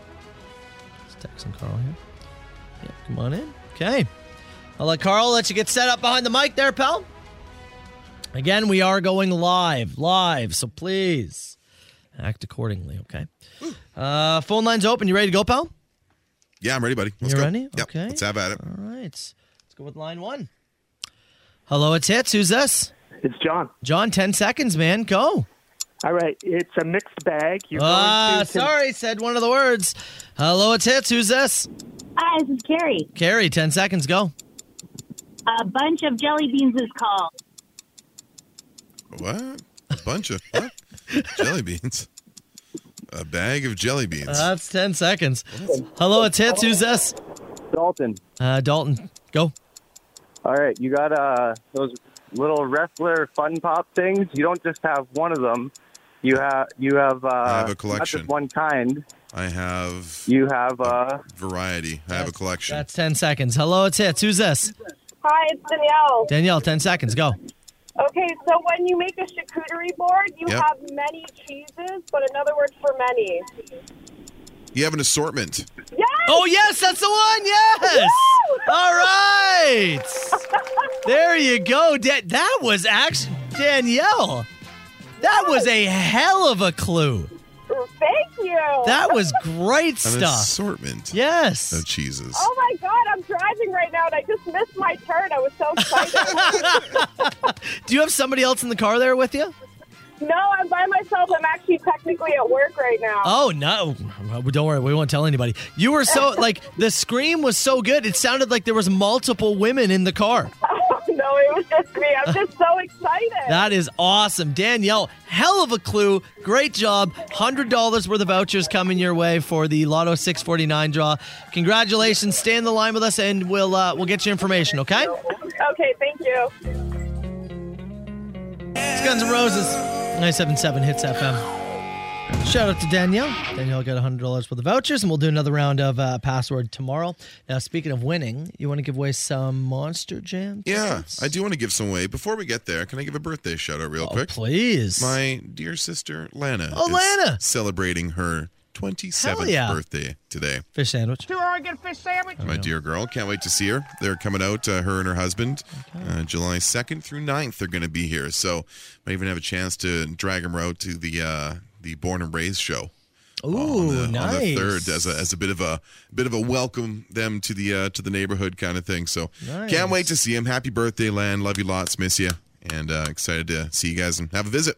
D: Let's text and Carl here. Yeah, come on in. Okay. I'll let Carl let you get set up behind the mic there, pal. Again, we are going live, live, so please act accordingly, okay? Uh, phone line's open. You ready to go, pal?
E: Yeah, I'm ready, buddy. Let's
D: You
E: go.
D: ready?
E: Yep.
D: Okay.
E: Let's have at it.
D: All right. Let's go with line one. Hello, it's Hits. Who's this?
O: It's John.
D: John, 10 seconds, man. Go.
O: All right, it's a mixed bag. You're going
D: Ah,
O: to-
D: sorry, said one of the words. Hello, it's Hits. Who's this?
P: Hi, this is Carrie.
D: Carrie, 10 seconds, go.
P: A bunch of jelly beans is called.
E: What? A bunch of what? jelly beans. A bag of jelly beans.
D: That's 10 seconds. Hello, it's Hits. Who's this?
M: Dalton.
D: Uh, Dalton, go.
M: All right, you got uh, those little wrestler fun pop things. You don't just have one of them. You have you have uh,
E: I have a
M: not
E: collection.
M: just one kind.
E: I have
M: You have uh,
E: variety. I have a collection.
D: That's 10 seconds. Hello, it's Hits. Who's this?
H: Hi, it's Danielle.
D: Danielle, 10 seconds, go.
H: Okay, so when you make a charcuterie board, you
E: Yep.
H: have many cheeses, but another word for many.
E: You have an assortment.
H: Yes!
D: Oh, yes, that's the one. Yes. All right. There you go. Da- that was actually Danielle. That was a hell of a clue.
H: Thank you.
D: That was great
E: An
D: stuff.
E: assortment
D: Yes.
E: of cheeses.
H: Oh my god, I'm driving right now and I just missed my turn. I was so excited.
D: Do you have somebody else in the car there with you?
H: No, I'm by myself. I'm actually technically at work right now.
D: Oh no! Well, Don't worry, we won't tell anybody. You were so like the scream was so good. It sounded like there was multiple women in the car.
H: no, it was just me. I'm just so excited.
D: That is awesome, Danielle. Hell of a clue. Great job. Hundred dollars worth of vouchers coming your way for the Lotto 649 draw. Congratulations. Stay in the line with us, and we'll uh, we'll get your information. Okay?
H: Okay, thank you.
D: It's Guns N' Roses. 977 Hits FM. Shout out to Danielle. Danielle got $100 for the vouchers, and we'll do another round of uh, password tomorrow. Now, speaking of winning, you want to give away some Monster Jam?
E: Yeah, I do want to give some away. Before we get there, can I give a birthday shout out real quick?
D: Oh, Please.
E: My dear sister, Lana.
D: Oh,
E: is
D: Lana.
E: Celebrating her 27th
D: Hell yeah.
E: birthday today.
D: Fish sandwich.
B: Two Oregon fish sandwich.
E: My dear girl, can't wait to see her. They're coming out, uh, her and her husband, uh, July 2nd through 9th. They're going to be here. So might even have a chance to drag them out to the uh, the Born and Raised show. uh,
D: Ooh, nice.
E: Oh, on the third as a, as a bit of a bit of a welcome them to the uh, to the neighborhood kind of thing. So can't wait to see him. Happy birthday, Lan. Love you lots. Miss you. And uh, excited to see you guys and have a visit.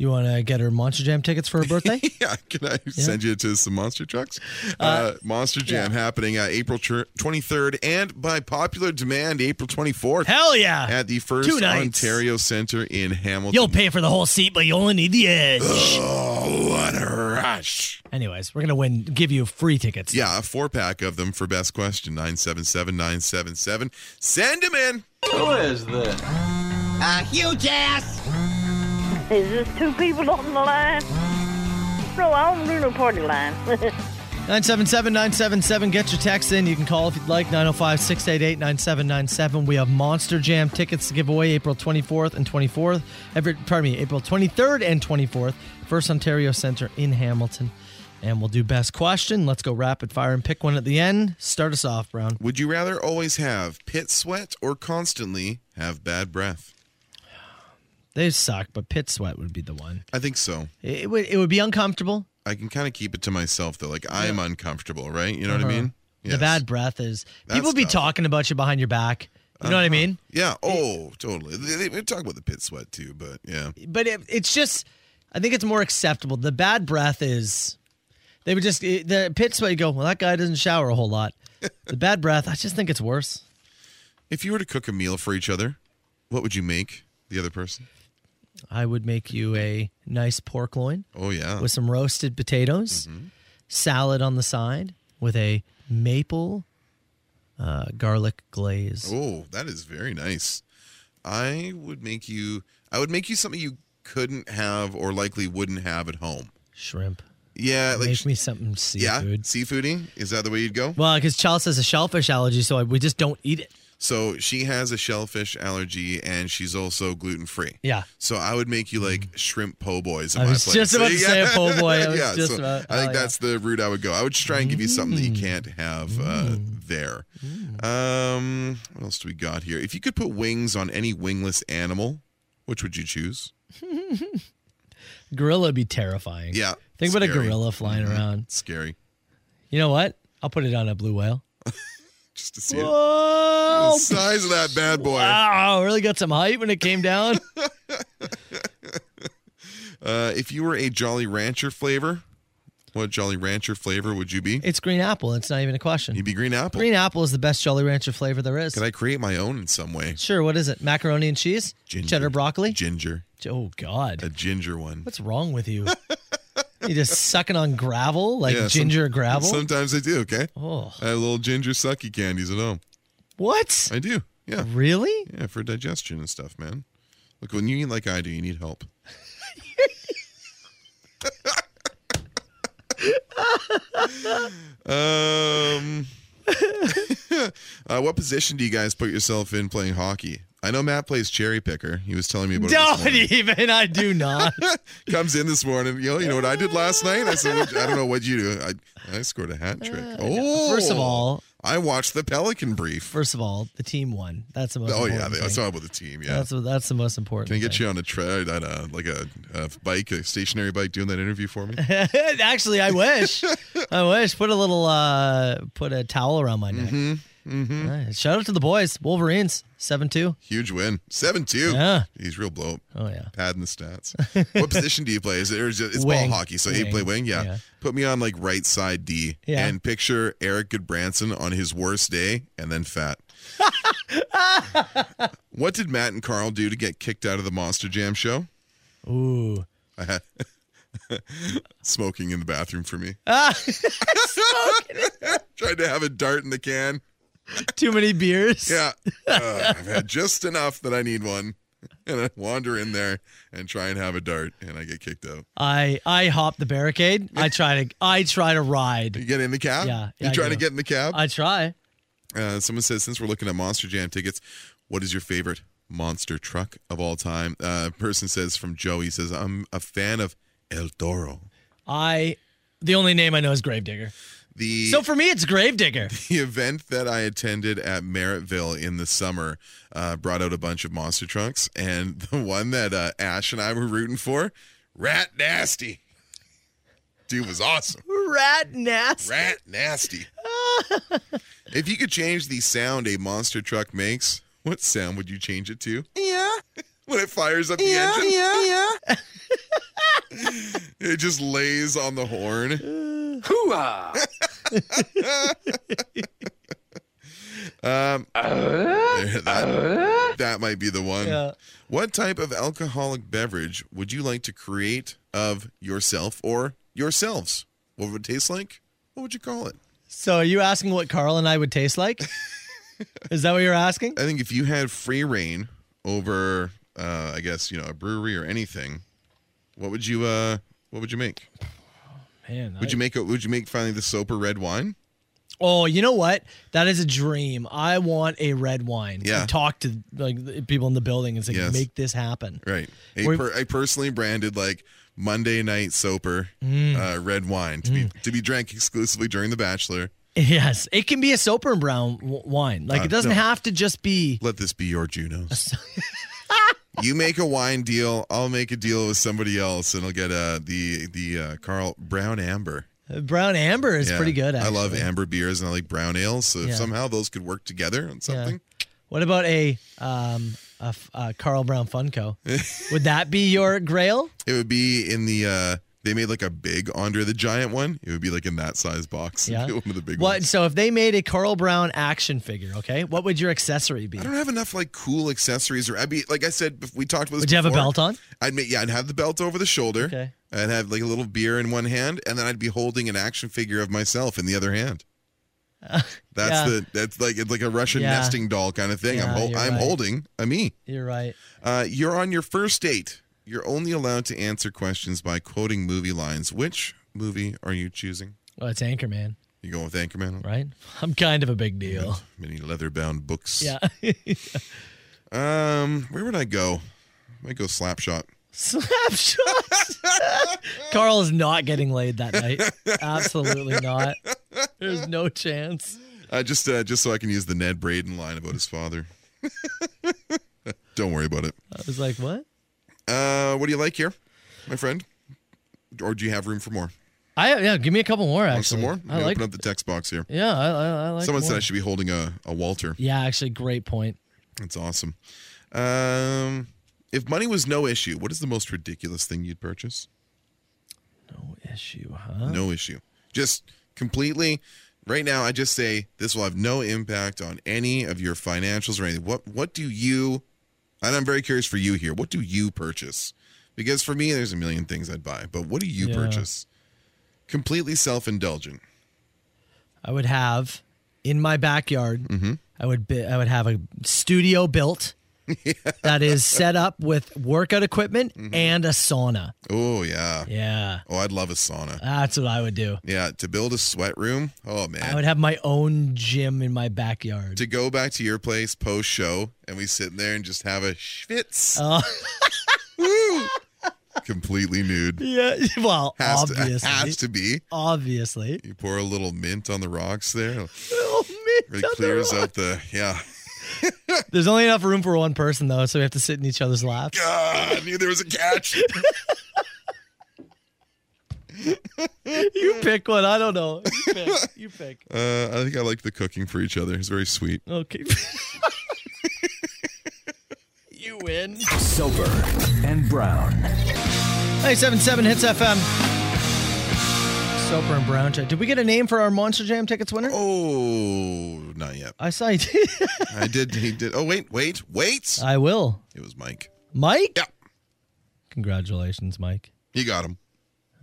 D: You want to get her Monster Jam tickets for her birthday?
E: yeah. Can I send you to some monster trucks? Uh, monster Jam happening uh, April tr- 23rd and by popular demand, April 24th.
D: Hell yeah.
E: At the First
D: Two nights.
E: Ontario Center in Hamilton.
D: You'll pay for the whole seat, but you only need the edge.
E: Oh, what a rush.
D: Anyways, we're going to win, give you free tickets.
E: Yeah, a four pack of them for best question 977 977. Send them in. Who is this?
B: A huge ass.
F: Is this two people on the line? No, I don't do no party line.
D: 977 977. Get your text in. You can call if you'd like. 905 688 9797. We have Monster Jam tickets to give away April 24th and 24th. Every, pardon me, April 23rd and 24th. First Ontario Center in Hamilton. And we'll do best question. Let's go rapid fire and pick one at the end. Start us off, Brown.
E: Would you rather always have pit sweat or constantly have bad breath?
D: They suck, but pit sweat would be the one.
E: I think so.
D: It would, it would be uncomfortable.
E: I can kind of keep it to myself though. Like I'm uncomfortable, right? You know what I
D: Uh-huh.
E: mean?
D: The bad breath is people be
E: tough. Uh-huh.
D: talking about you behind your back. You know what I mean?
E: Yeah. Oh, totally. They, they, we talk about the pit sweat too, but yeah.
D: But it, it's just, I think it's more acceptable. The bad breath is, they would just it- the pit sweat. You go, well, that guy doesn't shower a whole lot. the bad breath, I just think it's worse.
E: If you were to cook a meal for each other, what would you make the other person?
D: I would make you a nice pork loin
E: Oh yeah.
D: with some roasted potatoes,
E: Mm-hmm.
D: salad on the side with a maple uh, garlic glaze.
E: Oh, that is very nice. I would make you. I would make you something you couldn't have or likely wouldn't have at home.
D: Shrimp.
E: Yeah, like
D: Make me something seafood.
E: yeah, seafoody. Is that the way you'd go?
D: Well, because Chelsea has a shellfish allergy, so I, we just don't eat it.
E: So she has a shellfish allergy and she's also gluten free.
D: Yeah.
E: So I would make you like shrimp po' boys. in
D: Mm. I
E: my
D: was
E: place.
D: just about to
E: Yeah.
D: say a po' boy. I was
E: yeah.
D: just
E: so I
D: about-
E: think
D: oh, yeah. Mm.
E: that's the route I would go. I would just try and give you something that you can't have uh, there. Um, what else do we got here? If you could put wings on any wingless animal, which would you choose?
D: Gorilla would be terrifying.
E: Yeah.
D: Think about
E: scary.
D: a gorilla flying
E: Mhm.
D: around.
E: Scary.
D: You know what? I'll put it on a blue whale.
E: Just to see it.
D: Whoa!
E: The size of that bad boy.
D: Wow, really got some height when it came down.
E: Uh, if you were a Jolly Rancher flavor, what Jolly Rancher flavor would you be?
D: it's green apple. It's not even a question.
E: You'd be green apple.
D: green apple is the best Jolly Rancher flavor there is.
E: Could I create my own in some way?
D: Sure. What is it? Macaroni and cheese?
E: Ginger.
D: Cheddar broccoli?
E: Ginger.
D: Oh, God.
E: A ginger one.
D: What's wrong with you? you just sucking on gravel, like
E: Yeah, some-
D: ginger gravel?
E: Sometimes I do, okay?
D: Oh.
E: I have little ginger sucky candies at home.
D: what?
E: I do. Oh, Yeah.
D: Really?
E: Yeah, for digestion and stuff, man. Look, when you eat like I do, you need help. um, uh, what position do you guys put yourself in playing hockey? I know Matt plays cherry picker. He was telling me about it this
D: Don't
E: morning.
D: even. I do not.
E: comes in this morning. You know, you know what I did last night? I said, "What- I don't know what you do. I, I scored a hat trick. Oh,
D: Uh, First of all-
E: I watched the Pelican brief.
D: First of all, the team won. That's the most
E: Oh yeah,
D: important
E: they, I
D: thing.
E: saw about the team. Yeah,
D: That's, that's the most important
E: can I get
D: thing.
E: you on a tread on a like a, a bike, a stationary bike, doing that interview for me?
D: Actually, I wish. I wish. Put a little, uh, put a towel around my neck.
E: Mm-hmm,
D: All right. Shout out to the boys, Wolverines, seven two.
E: Huge win. 7 2.
D: Yeah.
E: He's real blow up.
D: Oh, yeah.
E: Padding the stats. what position do you play? Is it, or is it- it's
D: Wing.
E: ball hockey. So you
D: Wing.
E: play wing? Yeah.
D: Yeah.
E: Put me on like right side D.
D: Yeah.
E: And picture Eric Goodbranson on his worst day and then fat. what did Matt and Carl do to get kicked out of the Monster Jam show?
D: Ooh.
E: Smoking in the bathroom for me.
D: Ah,
E: Tried to have a dart in the can.
D: too many beers.
E: Yeah. Uh, I've had just enough that I need one. And I wander in there and try and have a dart and I get kicked out.
D: I I hop the barricade. I try to I try to ride.
E: You get in the cab?
D: Yeah,
E: You
D: I
E: trying
D: do.
E: to get in the cab?
D: I try.
E: Uh, someone says, since we're looking at Monster Jam tickets, what is your favorite monster truck of all time? Uh, person says from Joey says, I'm a fan of El Toro.
D: I the only name I know is Gravedigger.
E: The
D: So for me, it's Gravedigger.
E: the event that I attended at Merrittville in the summer uh, brought out a bunch of monster trucks, and the one that uh, Ash and I were rooting for, Rat Nasty. Dude was awesome.
D: Rat nasty.
E: Rat Nasty. if you could change the sound a monster truck makes, what sound would you change it to?
B: Yeah.
E: When it fires up the engine,
B: yeah, yeah.
E: it just lays on the horn.
B: Hooah!
E: Um, there- that, that might be the one.
D: Yeah.
E: What type of alcoholic beverage would you like to create of yourself or yourselves? What would it taste like? What would you call it?
D: So are you asking what Carl and I would taste like? is that what you're asking?
E: I think if you had free reign over, uh, I guess you know, a brewery or anything, what would you uh, what would you make?
D: Man,
E: Would
D: I-
E: you make a, Would you make finally the sober red wine?
D: Oh, you know what? That is a dream. I want a red wine.
E: Yeah.
D: I talk to like the people in the building and say,
E: Yes.
D: make this happen.
E: Right. A
D: We've-
E: per, I personally branded like Monday night soper
D: Mm.
E: uh, red wine to be to be drank exclusively during the Bachelor.
D: Yes, it can be a soap and brown w- wine. Like
E: Uh,
D: it doesn't
E: no.
D: have to just be.
E: Let this be your Junos. you make a wine deal. I'll make a deal with somebody else, and I'll get uh, the the uh, Carl Brown Amber.
D: uh, Brown amber is
E: Yeah.
D: pretty good.
E: I love
D: actually.
E: amber beers and I like brown ales. So if
D: Yeah.
E: somehow those could work together on
D: Yeah.
E: something.
D: What about a um a, f- a Carl Brown Funko? Would that be your grail?
E: It would be in the. Uh, they made like a big Andre the Giant one. It would be like in that size box.
D: Yeah.
E: one of the big
D: What?
E: ones.
D: So if they made a Carl Brown action figure, okay, what would your accessory be?
E: I don't have enough like cool accessories, or I'd be like I said, bef- we talked about this.
D: Would you have a
E: before.
D: belt on?
E: I'd make yeah, I'd have the belt over the shoulder.
D: Okay.
E: I'd have like a little beer in one hand, and then I'd be holding an action figure of myself in the other hand. That's
D: yeah.
E: the that's like it's like a Russian
D: Yeah.
E: nesting doll kind of thing. I'm
D: Yeah,
E: hol-
D: you're
E: I'm
D: right.
E: holding a me.
D: You're right.
E: Uh, you're on your first date. You're only allowed to answer questions by quoting movie lines. Which movie are you choosing?
D: Well, it's Anchorman,
E: You going with Anchorman?
D: right? I'm kind of a big deal.
E: Many leather-bound books.
D: Yeah.
E: Um, where would I go? I might go Slapshot.
D: Slap shots. Carl is not getting laid that night. Absolutely not. There's no chance.
E: Uh, just uh, just so I can use the Ned Braden line about his father. Don't worry about it.
D: I was like, what?
E: Uh, what do you like here, my friend? Or do you have room for more?
D: I yeah. Give me a couple more. Actually,
E: Want some more? Let me
D: I like.
E: open up the text box here.
D: Yeah, I, I, I like.
E: Someone said
D: more.
E: I should be holding a, a Walter.
D: Yeah, actually, great point.
E: That's awesome. Um, if money was no issue, what is the most ridiculous thing you'd purchase?
D: No issue, huh?
E: No issue. Just completely. Right now, I just say this will have no impact on any of your financials or anything. What What do you? And I'm very curious for you here. What do you purchase? Because for me, there's a million things I'd buy, but what do you
D: Yeah.
E: purchase? Completely self indulgent.
D: I would have in my backyard.
E: Mm-hmm.
D: I would be, I would have a studio built that is set up with workout equipment
E: Mm-hmm.
D: and a sauna.
E: Oh yeah.
D: Yeah,
E: Oh, I'd love a sauna.
D: that's what I would do.
E: Yeah, to build a sweat room. Oh man.
D: I would have my own gym in my backyard.
E: to go back to your place post show and we sit there and just have a schwitz
D: Oh.
E: completely nude.
D: Yeah, well,
E: Has to,
D: obviously,
E: has to be.
D: obviously.
E: You pour a little mint on the rocks there.
D: Oh,
E: Really clears out the yeah.
D: There's only enough room for one person though, so we have to sit in
E: Ah,
D: each other's laps.
E: God, I knew there was a catch.
D: you pick one. I don't know. You pick. You pick.
E: Uh, I think I like the cooking for each other. It's very sweet.
D: Okay. you win.
C: Soper and Brown.
D: 977 Hits FM. Soper and Brown. Show. Did we get a name for our Monster Jam tickets winner?
E: Oh, not yet.
D: I saw you.
E: I did. He did. Oh, wait, wait, wait.
D: I will.
E: It was Mike.
D: Mike? Yeah. Congratulations, Mike.
E: You got him.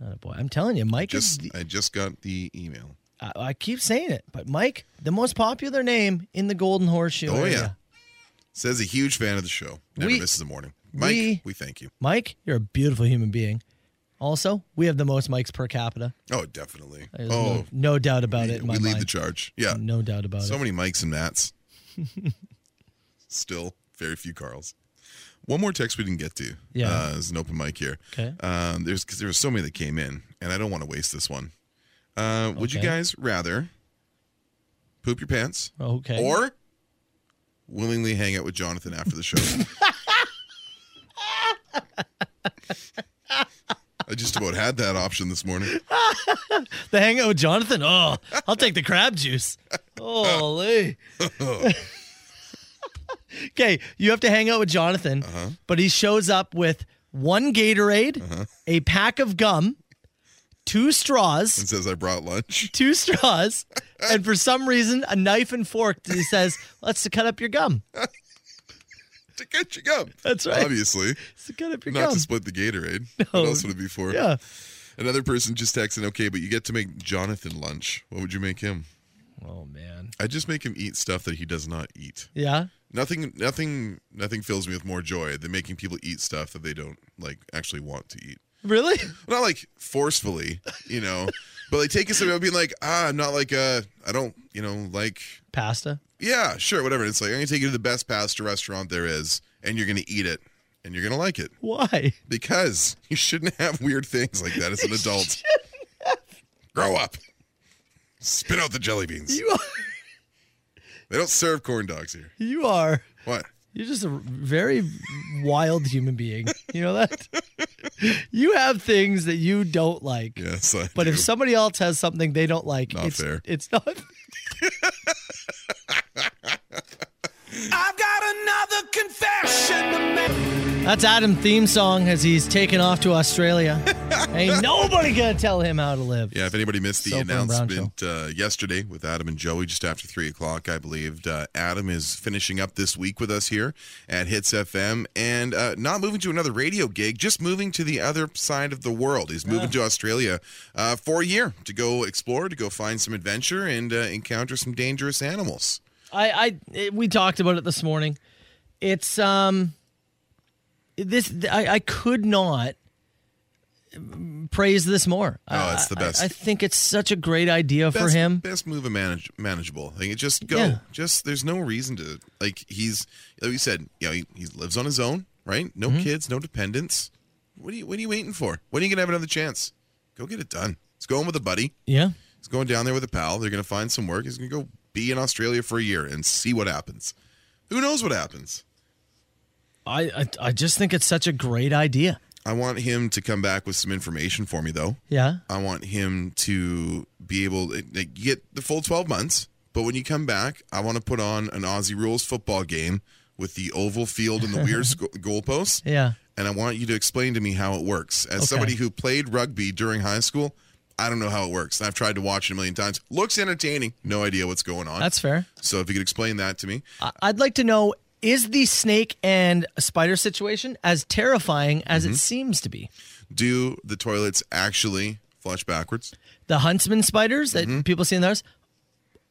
D: Oh, boy. I'm telling you, Mike is.
E: Just,
D: The,
E: I just got the email.
D: I, I keep saying it, but Mike, the most popular name in the Golden Horseshoe.
E: Oh,
D: area.
E: yeah. Says a huge fan of the show. Never
D: We-
E: misses a morning. Mike,
D: we-
E: we, thank you.
D: Mike, you're a beautiful human being. Also, we have the most mics per capita.
E: Oh, definitely.
D: There's
E: oh,
D: no, no doubt about it. in
E: we
D: my
E: lead
D: mind.
E: the charge. Yeah.
D: No doubt about
E: so
D: it.
E: many Mikes and Matts. Still, very few Carls. One more text we didn't get to.
D: Yeah.
E: Uh, there's an open mic here.
D: Okay.
E: Um, there's because there were so many that came in, and I don't want to waste this one. Uh, Would you
D: Okay.
E: guys rather poop your pants
D: Okay.
E: or willingly hang out with Jonathan after the show? I just about had that option this morning.
D: the hangout with Jonathan. Oh, I'll take the crab juice. Holy. Okay, you have to hang out with Jonathan,
E: Uh-huh.
D: but he shows up with one Gatorade, a pack of gum, two straws,
E: and says, I brought lunch.
D: Two straws, and for some reason, a knife and fork. that He says, Let's cut up your gum.
E: to cut your gum.
D: That's right.
E: Obviously.
D: To cut up your
E: Not
D: gum.
E: to split the Gatorade. What else would it be for?
D: Yeah.
E: Another person just texted, okay, but you get to make Jonathan lunch. What would you make him?
D: Oh, man.
E: I just make him eat stuff that he does not eat.
D: Yeah.
E: Nothing, nothing, nothing fills me with more joy than making people eat stuff that they don't like actually want to eat.
D: Really?
E: Not like forcefully, you know, but like taking something out being like, ah, I'm not like uh, I don't, you know, like
D: Pasta.
E: yeah, sure, whatever. And it's like I'm gonna take you to the best pasta restaurant there is, and you're gonna eat it, and you're gonna like it.
D: Why?
E: Because you shouldn't have weird things like that as an adult. Grow up. Spit out the jelly beans.
D: You are.
E: They don't serve corn dogs here.
D: You are.
E: What?
D: You're just a very wild human being. You know that? you have things that you don't like.
E: Yes, I
D: But if
E: do.
D: somebody else has something they don't like,
E: Not
D: it's,
E: fair.
D: it's not.
B: I've got another confession to make.
D: That's Adam theme song as he's taken off to Australia. Ain't nobody gonna tell him how to live.
E: Yeah, if anybody missed the
D: Soap and Brown
E: announcement uh, yesterday with Adam and Joey just after three o'clock, I believed uh, Adam is finishing up this week with us here at Hits FM and uh, not moving to another radio gig, just moving to the other side of the world. He's
D: Ah.
E: moving to Australia uh, for a year to go explore, to go find some adventure, and uh, encounter some dangerous animals.
D: I, I it- we talked about it this morning. It's um this I, I could not praise this more.
E: Oh, it's the
D: I-
E: best.
D: I, I think it's such a great idea for
E: best,
D: him.
E: Best move and manage, manageable. Like it just go.
D: Yeah.
E: Just there's no reason to like he's like you said, you know, he, he lives on his own, right? No
D: Mm-hmm.
E: kids, no dependents. What are you what are you waiting for? When are you gonna have another chance? Go get it done. He's going with a buddy.
D: Yeah.
E: He's going down there with a pal. They're gonna find some work. He's gonna go be in Australia for a year and see what happens. Who knows what happens?
D: I, I I just think it's such a great idea.
E: I want him to come back with some information for me though.
D: Yeah.
E: I want him to be able to like, get the full 12 months. But when you come back, I want to put on an Aussie rules football game with the oval field and the weird sc- goalposts.
D: Yeah.
E: And I want you to explain to me how it works. As somebody
D: Okay.
E: who played rugby during high school, I don't know how it works. And I've tried to watch it a million times. Looks entertaining. No idea what's going on.
D: That's fair.
E: So if you could explain that to me.
D: I- I'd like to know is the snake and spider situation as terrifying as it seems to be?
E: Do the toilets actually flush backwards?
D: The huntsman spiders that people see in theirs,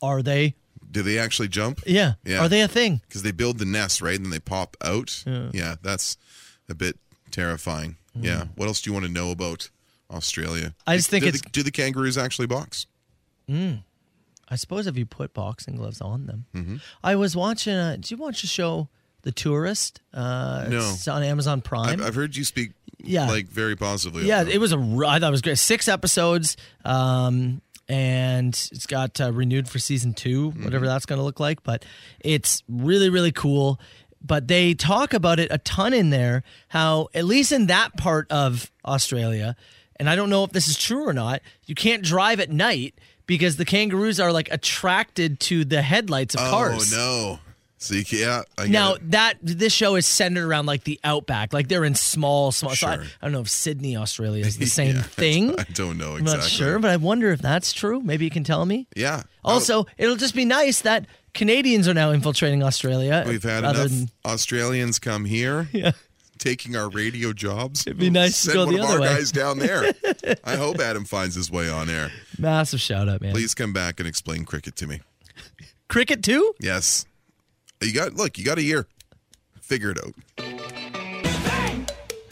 D: are they?
E: Do they actually jump?
D: Yeah.
E: Yeah.
D: Are they a thing?
E: because they build the nest right and then they pop out
D: Yeah. Mm.
E: yeah, that's a bit terrifying yeah what else do you want to know about australia
D: I just
E: Do-
D: think
E: do
D: it's-
E: the, do the kangaroos actually box
D: Mm. I suppose if you put boxing gloves on them. I was watching. Uh, did you watch the show The Tourist? Uh,
E: No.
D: It's on Amazon Prime.
E: I've, I've heard you speak
D: Yeah.
E: like very positively of
D: yeah,
E: them.
D: it was a. r- I thought it was great. Six episodes, um, and it's got uh, renewed for season 2
E: Mm-hmm.
D: whatever that's going to look like. But it's really, really cool. But they talk about it a ton in there. How at least in that part of Australia, and I don't know if this is true or not. You can't drive at night because the kangaroos are like attracted to the headlights of cars.
E: Oh no! See, yeah. I get
D: Now
E: it.
D: that this show is centered around like the outback, like they're in small, small. so I, I
E: Sure.
D: don't know if Sydney, Australia, is the same thing.
E: I don't know
D: I'm
E: exactly. Oh.
D: not sure, but I wonder if that's true. Maybe you can tell me.
E: Yeah.
D: Also, it'll just be nice that Canadians are now infiltrating Australia.
E: We've had
D: rather
E: enough
D: than-
E: Australians come here, taking our radio jobs. It'd
D: be nice to
E: Send
D: go
E: one
D: the
E: of
D: other
E: our
D: way.
E: guys down there. I hope Adam finds his way on air.
D: massive shout out, man.
E: Please come back and explain cricket to me.
D: Cricket too?
E: Yes. You got look. You got a year. Figure it out.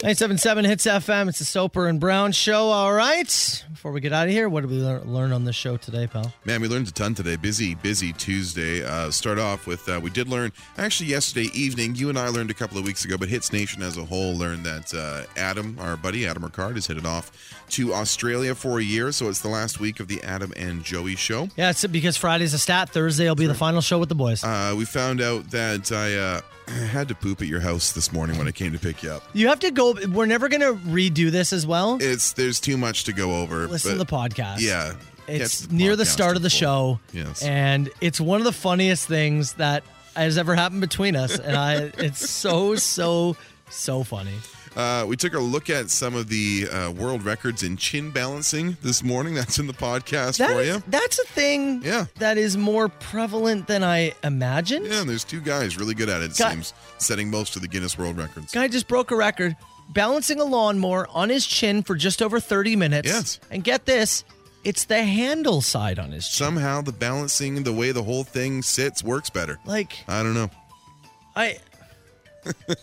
D: 977 Hits FM. It's the Soper and Brown show. All right. Before we get out of here, what did we lear- learn on this show today, pal?
E: Man, we learned a ton today. Busy, busy Tuesday. Uh, start off with uh, we did learn actually yesterday evening. You and I learned a couple of weeks ago, but Hits Nation as a whole learned that uh, Adam, our buddy Adam Ricard, is headed off to Australia for a year. So it's the last week of the Adam and Joey show.
D: Yeah, it's because Friday's a stat. Thursday will be the final show with the boys.
E: Uh, we found out that I uh, had to poop at your house this morning when I came to pick you up.
D: You have to go. We're never going to redo this as well.
E: It's there's too much to go over.
D: Listen to
E: but-
D: the podcast.
E: Yeah,
D: It's
E: catch
D: near the
E: podcast
D: start of the
E: in full.
D: show.
E: Yes.
D: And it's one of the funniest things that has ever happened between us. And I, it's so, so, so funny.
E: Uh, we took a look at some of the uh, world records in chin balancing this morning. That's in the podcast
D: That
E: for
D: is-
E: you.
D: That's a thing
E: Yeah.
D: that is more prevalent than I imagined.
E: Yeah, and there's two guys really good at it, it
D: Guy-
E: seems, setting most of the Guinness World Records.
D: Guy just broke a record balancing a lawnmower on his chin for just over 30 minutes.
E: Yes.
D: And get this, it's the handle side on his chin.
E: Somehow the balancing, the way the whole thing sits, works better.
D: Like,
E: I don't know.
D: I.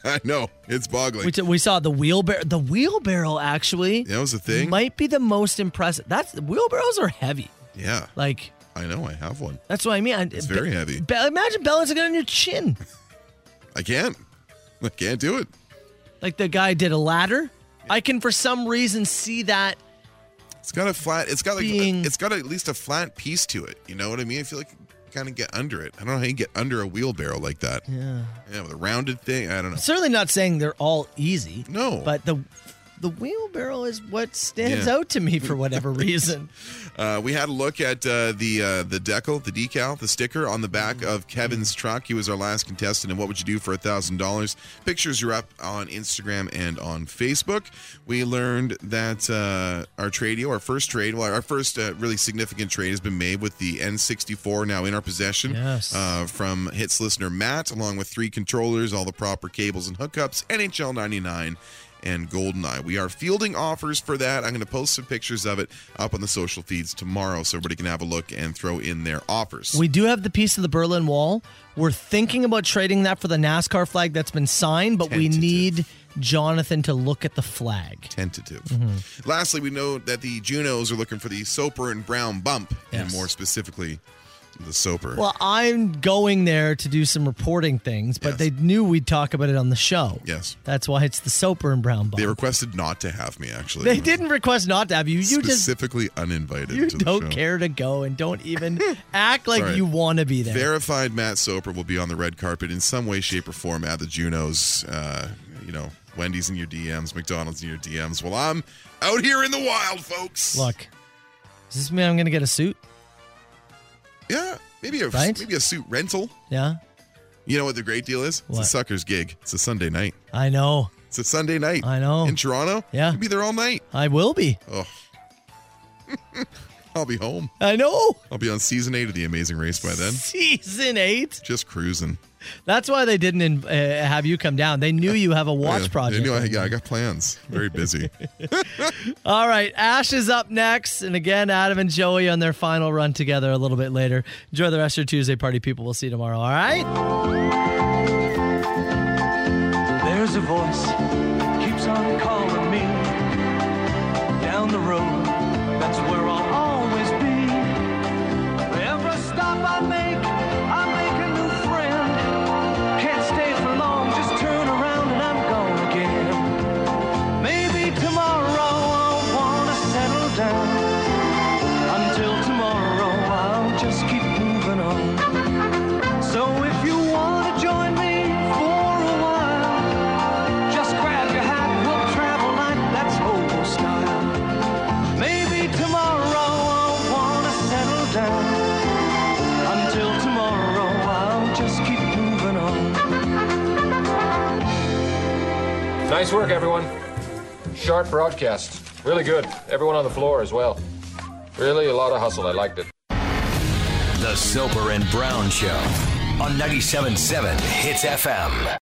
E: I know. It's boggling.
D: we, t- we saw the wheelbarrow. The wheelbarrow actually
E: that was a thing.
D: might be the most impressive. That's wheelbarrows are heavy.
E: yeah.
D: Like
E: I know. I have one.
D: that's what I mean. I-
E: It's very
D: ba-
E: heavy.
D: ba- imagine balancing it on your chin.
E: I can't. I can't do it.
D: Like the guy did a ladder. I can for some reason see that.
E: It's got a flat. It's got like.
D: Being-
E: it's got at least a flat piece to it. You know what I mean? I feel like you kind of get under it. I don't know how you get under a wheelbarrow like that.
D: Yeah.
E: Yeah, with a rounded thing. I don't know.
D: Certainly not saying they're all easy.
E: No.
D: But the the wheelbarrow is what stands
E: Yeah.
D: out to me for whatever reason.
E: Uh, we had a look at uh, the uh, the decal, the decal, the sticker on the back of Kevin's truck. He was our last contestant. And what would you do for a thousand dollars? Pictures are up on Instagram and on Facebook. We learned that uh, our trade deal, our first trade, well, our first uh, really significant trade has been made with the N64 now in our possession.
D: Yes.
E: Uh, from hits listener Matt, along with three controllers, all the proper cables and hookups, NHL 99 and Goldeneye. We are fielding offers for that. I'm going to post some pictures of it up on the social feeds tomorrow so everybody can have a look and throw in their offers.
D: We do have the piece of the Berlin Wall. We're thinking about trading that for the NASCAR flag that's been signed, but we need Jonathan to look at the flag.
E: Tentative.
D: Mm-hmm.
E: Lastly, we know that the Junos are looking for the Soper and Brown bump, and more specifically, the Soper.
D: Well, I'm going there to do some reporting things, but they knew we'd talk about it on the show.
E: yes.
D: That's why it's the Soper and Brown Ball.
E: They requested not to have me, actually.
D: They didn't request not to have you. You just
E: Specifically uninvited.
D: you
E: to the
D: don't
E: show.
D: care to go and don't even act like
E: Sorry.
D: you want to be there.
E: Verified Matt Soper will be on the red carpet in some way, shape, or form at the Junos. Uh, you know, Wendy's in your DMs, McDonald's in your DMs. Well, I'm out here in the wild, folks.
D: Look, does this mean I'm going to get a suit?
E: Yeah, maybe a
D: Right?
E: maybe a suit rental.
D: Yeah,
E: You know what the great deal is?
D: What?
E: It's a sucker's gig. It's a Sunday night.
D: I know.
E: It's a Sunday night
D: I know.
E: in Toronto.
D: Yeah.
E: You'll be there all night.
D: I will be.
E: Oh, I'll be home.
D: I know.
E: I'll be on season eight of The Amazing Race by then.
D: Season eight.
E: Just cruising.
D: That's why they didn't in, uh, have you come down. They knew you have a watch
E: Yeah,
D: project.
E: Anyway, yeah, I got plans. Very busy.
D: All right, Ash is up next. And again, Adam and Joey on their final run together a little bit later. Enjoy the rest of your Tuesday party, people. We'll see you tomorrow. All right?
B: There's a voice keeps on calling me down the road. That's where I'll always be. Every stop I make, I make a new friend. Can't stay for long, just turn around and I'm gone again. Maybe tomorrow I'll wanna settle down. Until tomorrow, I'll just keep moving on. So if you wanna join me for a while. Just grab your hat, we'll travel like that's old style.
N: Nice work, everyone. Sharp broadcast. Really good. Everyone on the floor as well. Really a lot of hustle. I liked it.
C: The Silver and Brown Show on 97.7 Hits FM.